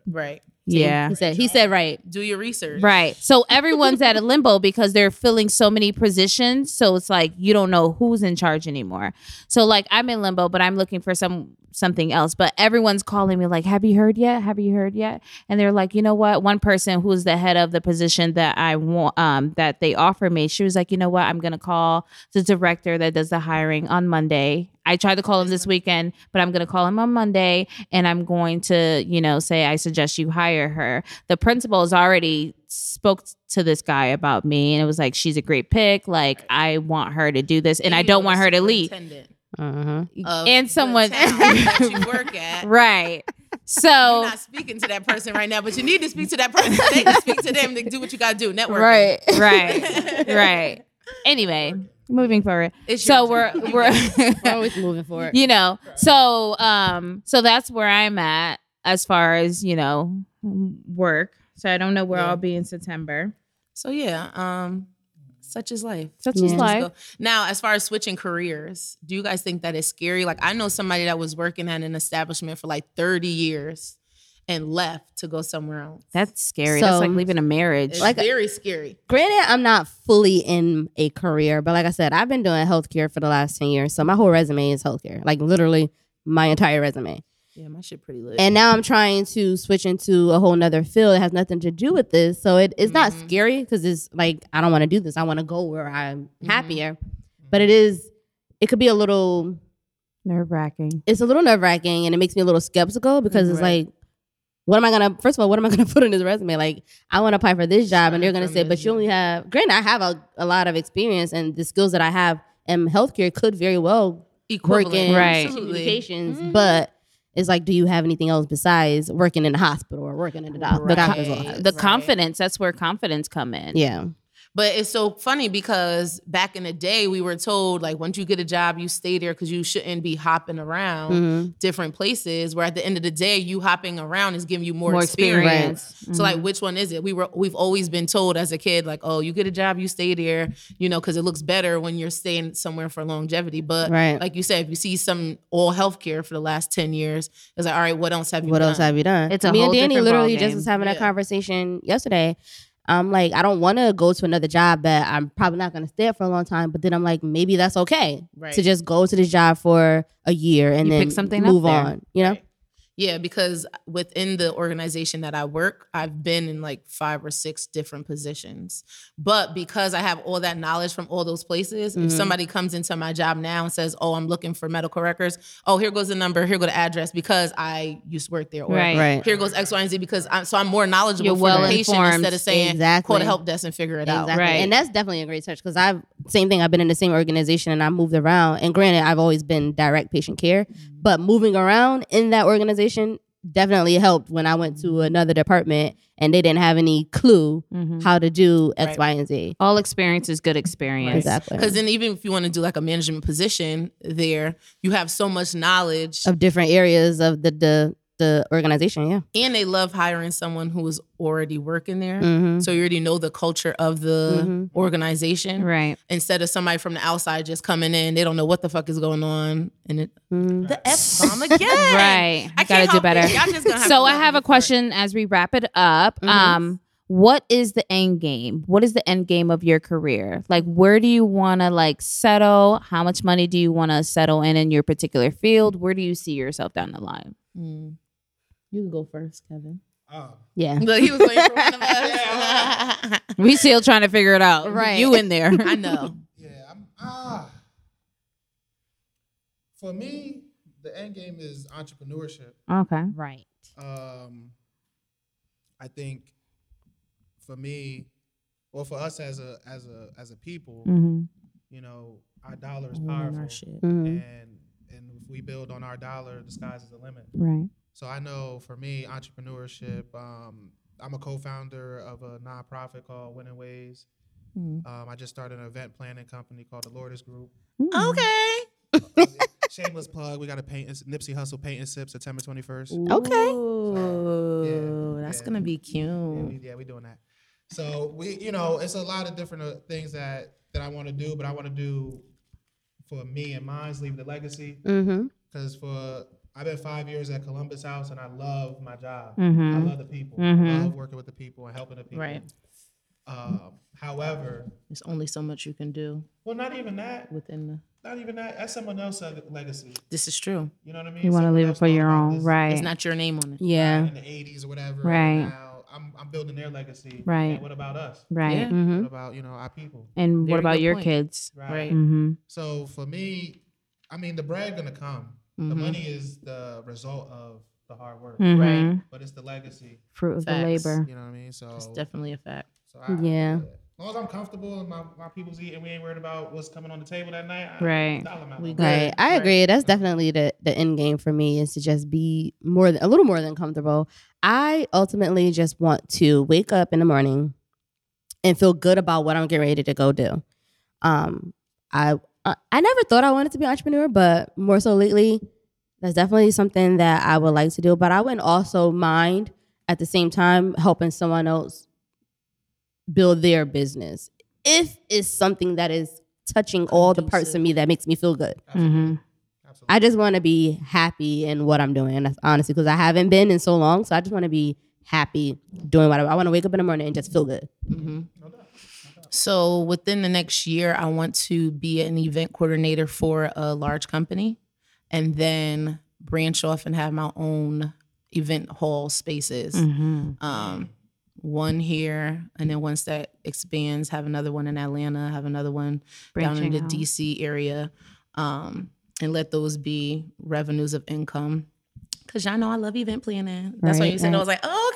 B: Right.
F: Yeah.
D: he said. He said right.
B: Do your research.
F: Right. So everyone's at a limbo because they're filling so many positions. So it's like you don't know who's in charge anymore. So like I'm in limbo, but I'm looking for some something else. But everyone's calling me like, "Have you heard yet? Have you heard yet?" And they're like, "You know what? One person who's the head of the position that I want um, that they offer me, she was like, "You know what? I'm gonna call the director that does the hiring on Monday." I tried to call him
B: Mm-hmm.
F: this weekend, but I'm going to call him on Monday and I'm going to, you know, say I suggest you hire her the principal has already spoke to this guy about me and it was like she's a great pick like i want her to do this and i
B: You
F: don't
B: are
F: want
B: the
F: her to leave
B: superintendent
D: Uh-huh.
B: of
F: and
B: the
F: someone
B: town that you work
F: (laughs)
B: at. (laughs)
F: right
B: You're
F: so
B: not speaking to that person right now, but you need to speak to that person. (laughs) They can speak to them to do what you got to do. Networking.
F: right (laughs) right anyway moving forward
B: It's your
F: so
B: turn.
F: we're
B: You got it.
F: we're
D: (laughs) (laughs)
F: (laughs)
D: We're always moving forward.
F: you know so um so that's where i'm at as far as you know work so i don't know where
B: Yeah.
F: i'll be in september
B: So yeah, um, such is life.
F: such
D: is
B: Just
F: life
B: go. Now, as far as switching careers, do you guys think that is scary? Like, I know somebody that was working at an establishment for like 30 years and left to go somewhere else.
F: that's scary
D: So-
F: that's like leaving a marriage
B: It's
D: Like-
B: very scary.
D: Granted, I'm not fully in a career, but like I said, I've been doing healthcare for the last 10 years. So my whole resume is healthcare, like literally my entire resume.
B: Yeah, my shit pretty lit.
D: And now I'm trying to switch into a whole nother field that has nothing to do with this. So it, it's not
B: Mhm.
D: scary because it's like, I don't want to do this. I want to go where I'm
B: Mhm.
D: happier. But it is, it could be a little,
F: nerve wracking
D: it's a little nerve wracking and it makes me a little skeptical because it's
B: Right.
D: like, what am I gonna? First of all, what am I gonna (laughs) put in this resume? Like, I want to apply for this job, and they're gonna say, "But you only have." Granted, I have a, a lot of experience, and the skills that I have in healthcare could very well
B: Equivalent.
D: work in
F: Right.
B: Absolutely. Mm-hmm.
D: communications, but it's like, do you have anything else besides working in the hospital or working in the doc-
B: Right.
D: doctor's office?
F: the
B: Right.
F: confidence that's where confidence come in
D: Yeah,
B: But it's so funny because back in the day, we were told like once you get a job, you stay there because you shouldn't be hopping around
D: Mhm.
B: different places. Where at the end of the day, you hopping around is giving you more, experience. So
D: Mm-hmm.
B: like, which one is it? We were we've always been told as a kid like, oh, you get a job, you stay there, you know, because it looks better when you're staying somewhere for longevity. But
D: right.
B: like you said, if you see some all healthcare for the last ten years, it's like, all right, what else have you?
D: what else
B: done?
D: have you done?
F: It's a
D: Me
F: whole
D: and Danny
F: different
D: literally
F: ballgame.
D: just was having that
B: Yeah.
D: conversation yesterday. I'm like, I don't want to go to another job, but I'm probably not gonna stay at for a long time. But then I'm like, maybe that's okay.
B: right.
D: to just go to this job for a year and
F: You
D: then
F: pick something up
D: move
F: there.
D: on. You know,
B: Right. Yeah, because within the organization that I work, I've been in like five or six different positions. But because I have all that knowledge from all those places, if
F: Mm-hmm.
D: Mhm.
B: somebody comes into my job now and says, "Oh, I'm looking for medical records," oh, here goes the number, here go the address, because I used to work there, or
F: Right.
B: here goes X, Y, and Z, because I'm so I'm more knowledgeable
F: You're
B: for the
F: well
B: patient
F: informed.
B: instead of saying,
D: exactly.
B: "Call the help desk and figure it
D: Exactly.
B: out."
F: Right.
D: And that's definitely a great search because I've same thing. I've been in the same organization and I moved around. And granted, I've always been direct patient care,
F: Mm-hmm.
D: but moving around in that organization definitely helped when I went to another department and they didn't have any clue
F: Mhm.
D: how to do X,
B: Right.
D: Y, and Z.
F: all experience is good experience
D: Exactly.
B: Because then, even if you want to do like a management position there, you have so much knowledge
D: Of different areas of the the, the organization. Yeah.
B: and they love hiring someone who is already working there.
D: Mm-hmm.
B: So you already know the culture of the
D: Mhm.
B: organization
F: Mm-hmm. right
B: instead of somebody from the outside just coming in. They don't know what the fuck is going on. And it, the F
D: (laughs)
B: bomb again.
F: right
B: I
F: gotta
B: can't
F: do
B: help
F: better
B: It. Y'all just gonna have
F: (laughs) so
B: to
F: i
B: let
F: have
B: me
F: a
B: for it.
F: question as we wrap it up
B: Mm-hmm.
D: Mhm.
F: um what is the end game what is the end game of your career like where do you want to like settle how much money do you want to settle in in your particular field where do you see yourself down the line
B: (laughs) Mm. You can go first,
F: (laughs)
B: Kevin.
E: Oh.
D: Yeah.
B: Look, he was waiting for one of us. (laughs)
F: we still trying to figure it out
D: Right.
F: you in there
B: I know.
E: Yeah, I'm ah. For me, the end game is entrepreneurship.
F: okay
D: Right.
E: Um, I think for me, or for us as a as a as a people,
B: Mm.
F: mm-hmm.
E: you know, our dollar is powerful,
B: Mm.
D: Mm-hmm.
E: and and if we build on our dollar, the sky's the limit.
F: right
E: So I know for me, entrepreneurship. Um, I'm a co-founder of a nonprofit called Winning Ways.
B: Mm.
E: Um, I just started an event planning company called the
B: (laughs)
E: Lourdes Group.
F: Mm. Mm-hmm.
B: Okay.
E: Shameless plug. We got a paint Nipsey Hustle paint and sip September 21st.
D: Okay.
B: Ooh,
E: Yeah,
B: that's
E: yeah.
B: gonna be
F: Mm.
E: Yeah,
B: cute.
E: we, yeah, we doing that. So we, you know, it's a lot of different uh, things that that I want to do, but I want to do
M: for me and mine's leaving a legacy.
F: Mm-hmm.
D: Mhm.
M: Because for I've been five years at Columbus House, and I love my job. I
F: Mhm.
M: love the people. I
F: Mhm.
M: love working with the people and helping the people.
B: Right.
M: Um, however,
B: There's only so much you can do
M: well, not even that.
B: within the.
M: Not even that. That's someone else's legacy.
B: This is true.
M: You know what I mean?
F: You want to leave it for your own, right?
B: It's not your name on it.
D: Yeah.
M: in the '80s or whatever.
F: Right.
M: Now I'm, I'm building their legacy.
F: Right.
M: And what about us?
F: Right.
B: Yeah.
D: Mm-hmm.
F: hmm
M: What about you know our people?
F: And what
B: Very
F: about
B: good
F: your
B: point.
F: kids?
B: Right.
F: hmm
M: So for me, I mean, the bread gonna come.
F: Mm-hmm.
M: The
B: Mhm.
M: money is the result of the hard work,
F: Mm. Right.
M: but it's the legacy.
F: Mm-hmm. Fruit of
B: Facts.
F: the labor.
M: You know what I mean? So,
B: It's definitely a fact.
M: so I,
D: Yeah.
M: As long as I'm comfortable and my, my people's eating, we ain't worried about what's coming on the table that night. I-
F: Right.
M: dollar amount.
B: We good.
D: Right. I
B: Right.
D: agree. That's definitely the the end game for me is to just be more than, a little more than comfortable. I ultimately just want to wake up in the morning and feel good about what I'm getting ready to go do. Um I I, I never thought I wanted to be an entrepreneur, but more so lately that's definitely something that I would like to do, but I wouldn't also mind at the same time helping someone else build their business. If it's something that is touching all the parts of me that makes me feel good.
F: hmm
M: Absolutely.
D: I just want to be happy in what I'm doing. That's honestly because I haven't been in so long. So I just want to be happy doing what I, I want to wake up in the morning and just feel good.
B: hmm So within the next year, I want to be an event coordinator for a large company, and then branch off and have my own event hall spaces.
F: hmm
B: Um, one here, and then once that expands, have another one in Atlanta, have another one down in
F: Branching
B: the
F: out.
B: DC area, um, and let those be revenues of income. Cause y'all know I love event planning. That's why
D: Right,
B: you said
D: right.
B: I was like, oh,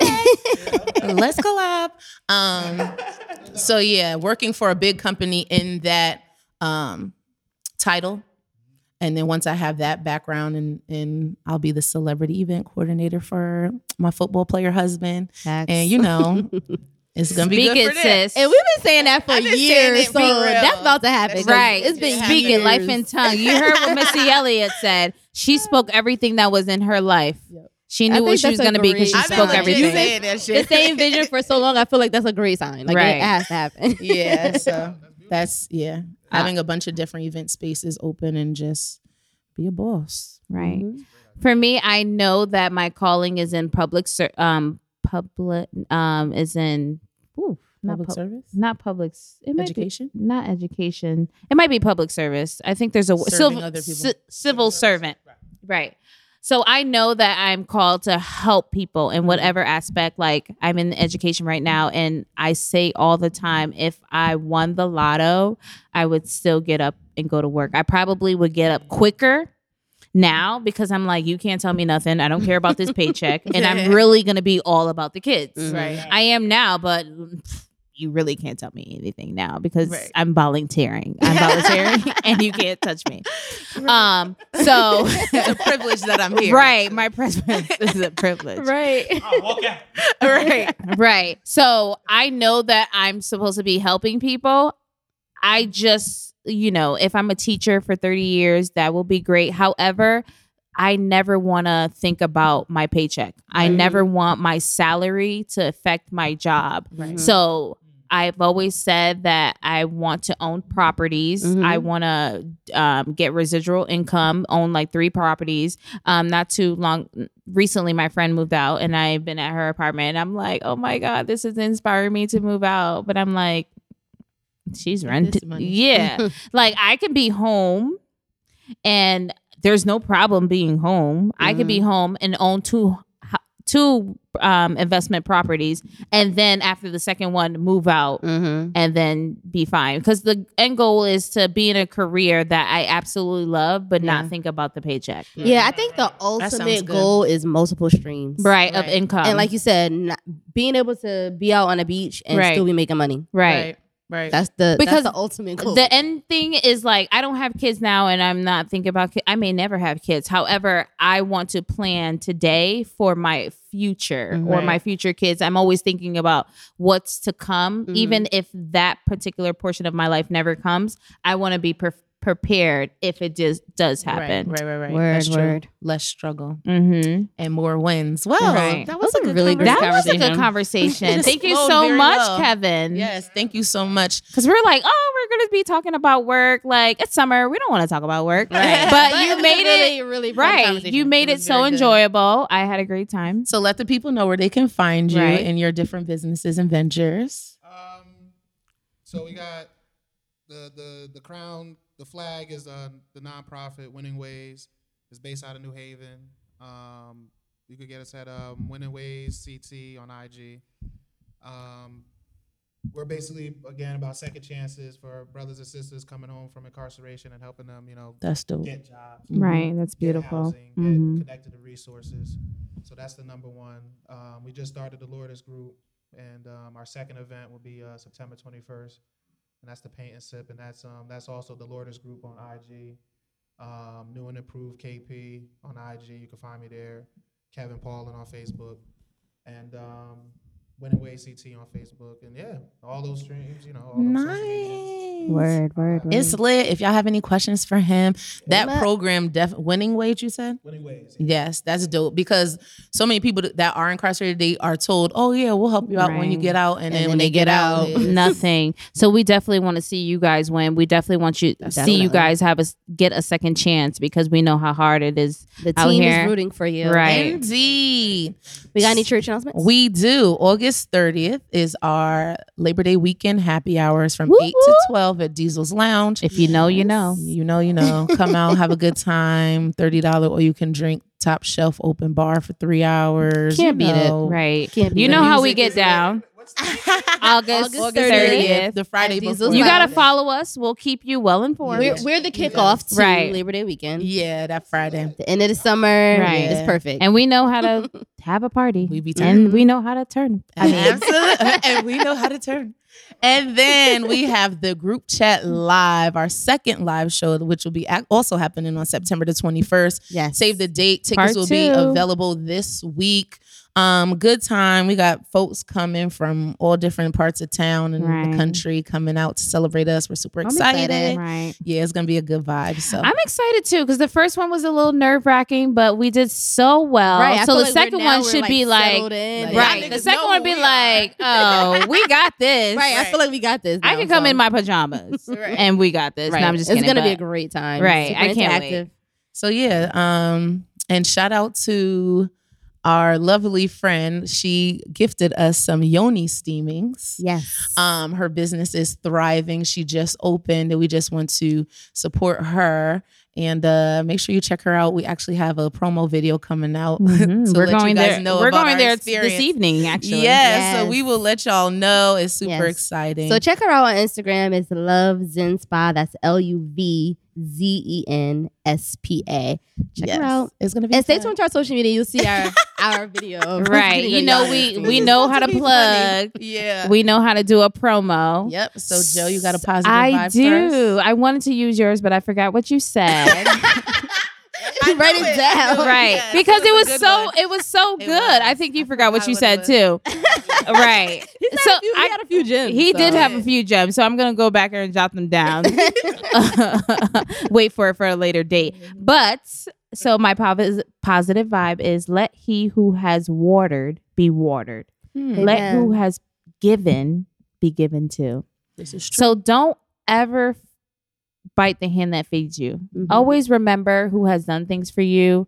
B: okay, let's collab. Um, so yeah, working for a big company in that um, title, and then once I have that background, and and I'll be the celebrity event coordinator for my football player husband, and you know, it's gonna be
F: Speak
B: good
F: it,
B: for that.
F: sis.
D: And we've been saying that for
B: I've been saying
D: years.
B: it,
D: So
B: be real.
D: that's about to happen. 'cause
F: Right.
D: It's been
F: speaking
D: years. (laughs)
F: life and tongue. You heard what Missy Elliott said. She spoke everything that was in her life. She
D: I
F: knew
D: think
F: what she was
D: that's a
F: going to be because she
D: great-
B: I've been
F: spoke
B: legit
F: everything.
B: saying that
D: the
B: shit.
D: same vision for so long. I feel like that's a great sign. Like
F: Right.
D: it has to (laughs) happen.
B: (laughs) yeah, so that's yeah. Having a bunch of different event spaces open and just be a boss.
F: Right.
D: Mm-hmm.
F: For me, I know that my calling is in public ser- um public um is in ooh, not
B: Public
F: public
B: service,
F: not public s- it might be-
B: education.
F: not education. It might be public service. I think there's a
B: Serving
F: civil
B: other people.
F: ci- civil servant. Right. So I know that I'm called to help people in whatever aspect. Like I'm in education right now, and I say all the time, if I won the lotto, I would still get up and go to work. I probably would get up quicker now because I'm like, you can't tell me nothing. I don't care about
B: (laughs)
F: this paycheck, and I'm really gonna be all about the kids.
B: Right.
F: I am now, but pff, you really can't tell me anything now because
B: Right.
F: I'm volunteering. I'm volunteering, and you can't touch me. Um,
B: (laughs)
F: so
B: (laughs) it's a privilege that I'm here. (laughs)
F: right, my (laughs) presence is a privilege.
D: (laughs) Right.
M: I'll walk out.
B: right.
F: right. So I know that I'm supposed to be helping people. I just, you know, if I'm a teacher for 30 years, that will be great. However, I never want to think about my paycheck. I never want my salary to affect my job.
B: Right.
D: Mm-hmm.
F: So I've always said that I want to own properties.
D: Mhm.
F: I want to um, get residual income, own like three properties. Um, not too long recently, my friend moved out and I've been at her apartment and I'm like, oh my God, this is inspiring me to move out. But I'm like, she's rented.
B: money.
F: Yeah. like I can be home and there's no problem being home. I could be
D: Mm-hmm.
F: home and own two h- two um, investment properties, and then after the second one, move out
D: Mm-hmm.
F: and then be fine. Because the end goal is to be in a career that I absolutely love, but
D: Yeah.
F: not think about the paycheck,
D: Yeah. I think the
B: sounds
D: ultimate
B: good.
D: goal is multiple streams.
F: right, Of
B: Right.
F: income
D: And like you said, not, being able to be out on a beach and
F: Right.
D: still be making money.
F: right.
B: Right.
D: That's the
F: Because
D: that's the ultimate goal. (laughs)
F: The end thing is like I don't have kids now, and I'm not thinking about. Kids. I may never have kids. However, I want to plan today for my future or
B: Right.
F: my future kids. I'm always thinking about what's to come,
D: Mhm.
B: Mm-hmm.
F: even if that particular portion of my life never comes. I want to be pre- prepared if it just does happen.
B: Right, right, right. right.
F: Word,
B: That's true.
F: word.
B: Less struggle
F: Mm-hmm.
B: and more wins. Well,
F: Right.
B: that was a good
D: really good
B: conversation.
F: That was a good
D: Conversation.
F: conversation.
B: (laughs) It
F: Thank you
B: flowed
F: so
B: very
F: much,
B: well.
F: Kevin.
B: Yes, thank you so much.
F: Cause we're like, oh, we're gonna be talking about work. Like it's summer, we don't want to talk about work.
B: Right.
F: But,
B: (laughs)
F: you made it
D: really
F: right. You made it, so enjoyable. I had a great time.
B: So let the people know where they can find you
F: Right.
B: in your different businesses and ventures.
E: Um, so we got the the the crown. The flag is uh, the nonprofit Winning Ways. It's based out of New Haven. Um, you could get us at um, Winning Ways CT on IG. Um, we're basically again about second chances for brothers and sisters coming home from incarceration and helping them, you know,
B: That's dope.
E: get jobs,
F: Right. That's
E: Get
F: beautiful.
E: housing, get
F: Mhm.
E: connected to resources. So that's the number one. Um, we just started the Lourdes group, and um, our second event will be uh, September 21st, and that's the paint and sip, and that's um, that's also the Lourdes group on IG. Um, new and improved KP on IG. You can find me there. Kevin Paulin on Facebook, and um, Winning Way CT on Facebook, and yeah, all those streams. You know, all those social medias.
F: Word, word, word.
B: It's lit. If y'all have any questions for him, that program, def- winning wage, you said.
E: Winning Ways.
B: Yes, that's dope because so many people that are incarcerated, they are told, "Oh yeah, we'll help you out when you
F: Right.
B: get out," and, then, when they, get, out, it's-
F: (laughs) nothing. So we definitely want to see you guys win. We definitely want you see you
B: Definitely.
F: guys have us get a second chance because we know how hard it is.
D: The
F: out
D: team
F: here.
D: is rooting for you.
F: Right.
B: Indeed.
D: We got any church announcements?
B: We do. August 30th is our Labor Day weekend happy hours from 8 to 12 at Diesel's Lounge.
F: If you know, you know.
B: You know, you know. Come out, have a good time. $30 or you can drink top shelf open bar for three hours.
D: Can't
B: you
D: beat it.
B: know. (laughs)
F: Right.
D: Can't
F: You
D: beat
F: know
D: it.
F: how we
E: Music
F: get
E: is lit.
F: down.
E: What's the
F: August,
D: August
F: 30th.
B: The Friday
D: at Diesel's
B: before.
F: You
D: Lounge.
F: gotta follow us. We'll keep you well informed.
D: We're, we're the kickoff to
F: Right.
D: Labor Day weekend.
B: Yeah, that Friday.
D: The end of the summer.
F: Right.
D: It's perfect.
F: and we know how to have a party.
B: We be turning.
F: and we know how to turn.
B: (laughs)
F: I mean,
B: Absolutely.
D: (laughs)
B: and we know how to turn. And then we have the group chat live, our second live show, which will be ac- also happening on September the 21st.
D: Yes.
B: Save the date. Tickets
F: Part
B: will be
F: two.
B: available this week. Um, good time. We got folks coming from all different parts of town and
F: Right.
B: the country coming out to celebrate us. We're super excited.
D: excited.
F: right.
B: Yeah, it's gonna be a good vibe. So
F: I'm excited too because the first one was a little nerve wracking, but we did so well. so the second one should be like,
B: Like, y'all
F: right. The
B: niggas
F: second
B: know
F: one would
B: who
F: be
B: we
F: like,
B: (laughs)
F: oh, we got this.
D: Right. I feel like we got this.
F: I
D: now,
F: can come
D: so-
F: in my pajamas and we got this.
D: Right.
F: No, I'm just
D: it's
F: kidding,
D: gonna be a
F: but-
D: great time.
F: Right.
D: Super
F: I can't (laughs)
D: interactive.
B: So yeah, um, and shout out to our lovely friend. She gifted us some yoni steamings.
D: Yes.
B: Um, her business is thriving. She just opened, and we just want to support her. And uh, make sure you check her out. We actually have a promo video coming out.
F: Mhm.
B: to
F: We're
B: let you
F: going
B: guys
F: there.
B: know
F: We're
B: about
F: going
B: our
F: there this
B: experience.
F: evening,
B: Yeah,
F: (laughs) actually.
B: so
D: Yes.
B: we will let y'all know. It's super
D: Yes.
B: exciting.
D: So check her out on Instagram. It's Love Zen Spa. That's L U V Z E N S P A. Check
B: Yes.
D: her out.
B: It's gonna be
D: And stay
B: fun.
D: tuned to our social media. You'll see
F: (laughs)
D: our our video. of us
F: Right.
D: getting
F: You
D: a
F: know,
D: yoni
F: we
D: steam.
F: we know how to plug.
B: Yeah.
F: We know how to do a promo.
B: Yep. So Joe, you got a positive
F: I
B: vibe
F: do. (laughs)
B: first.
F: I wanted to use yours, but I forgot what you said.
D: You write
B: (laughs)
D: it down.
F: right
B: Yes,
F: because
B: it
F: it
B: was
F: was,
B: a good
F: so
B: one.
F: it was so
B: It
F: good
B: was.
F: i think you
B: I
F: forgot what
B: forgot
F: you
B: what it
F: said
B: (laughs)
F: too right so
D: few- he
F: I,
D: had a few gems,
F: he did
D: so.
F: have a few gems so i'm gonna go back there and jot
B: (laughs)
F: them down (laughs) wait for it for a later date but so my pov- positive vibe is let he who has watered be watered let who
D: Amen.
F: has given be given to
B: This is
F: so don't ever bite the hand that feeds you
D: Mhm.
F: always remember who has done things for you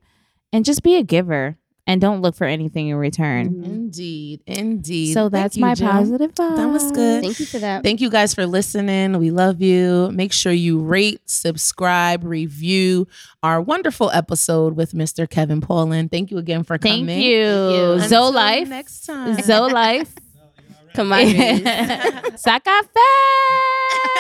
F: and just be a giver and don't look for anything in return.
D: Mhm.
B: Indeed, indeed.
F: So
B: Thank
F: that's
B: you,
F: my
B: Jill.
F: positive vibe.
B: That was good.
D: Thank you for that.
B: Thank you guys for listening. We love you. Make sure you rate, subscribe, review our wonderful episode with Mr. Kevin Paulin. Thank you again for
F: Thank
B: coming.
F: you.
B: Until
F: Zo life.
B: (laughs)
F: (laughs)
B: Next time.
F: Zo life. (laughs)
D: Come on. Grace.
F: Saka
B: (laughs)
F: (laughs)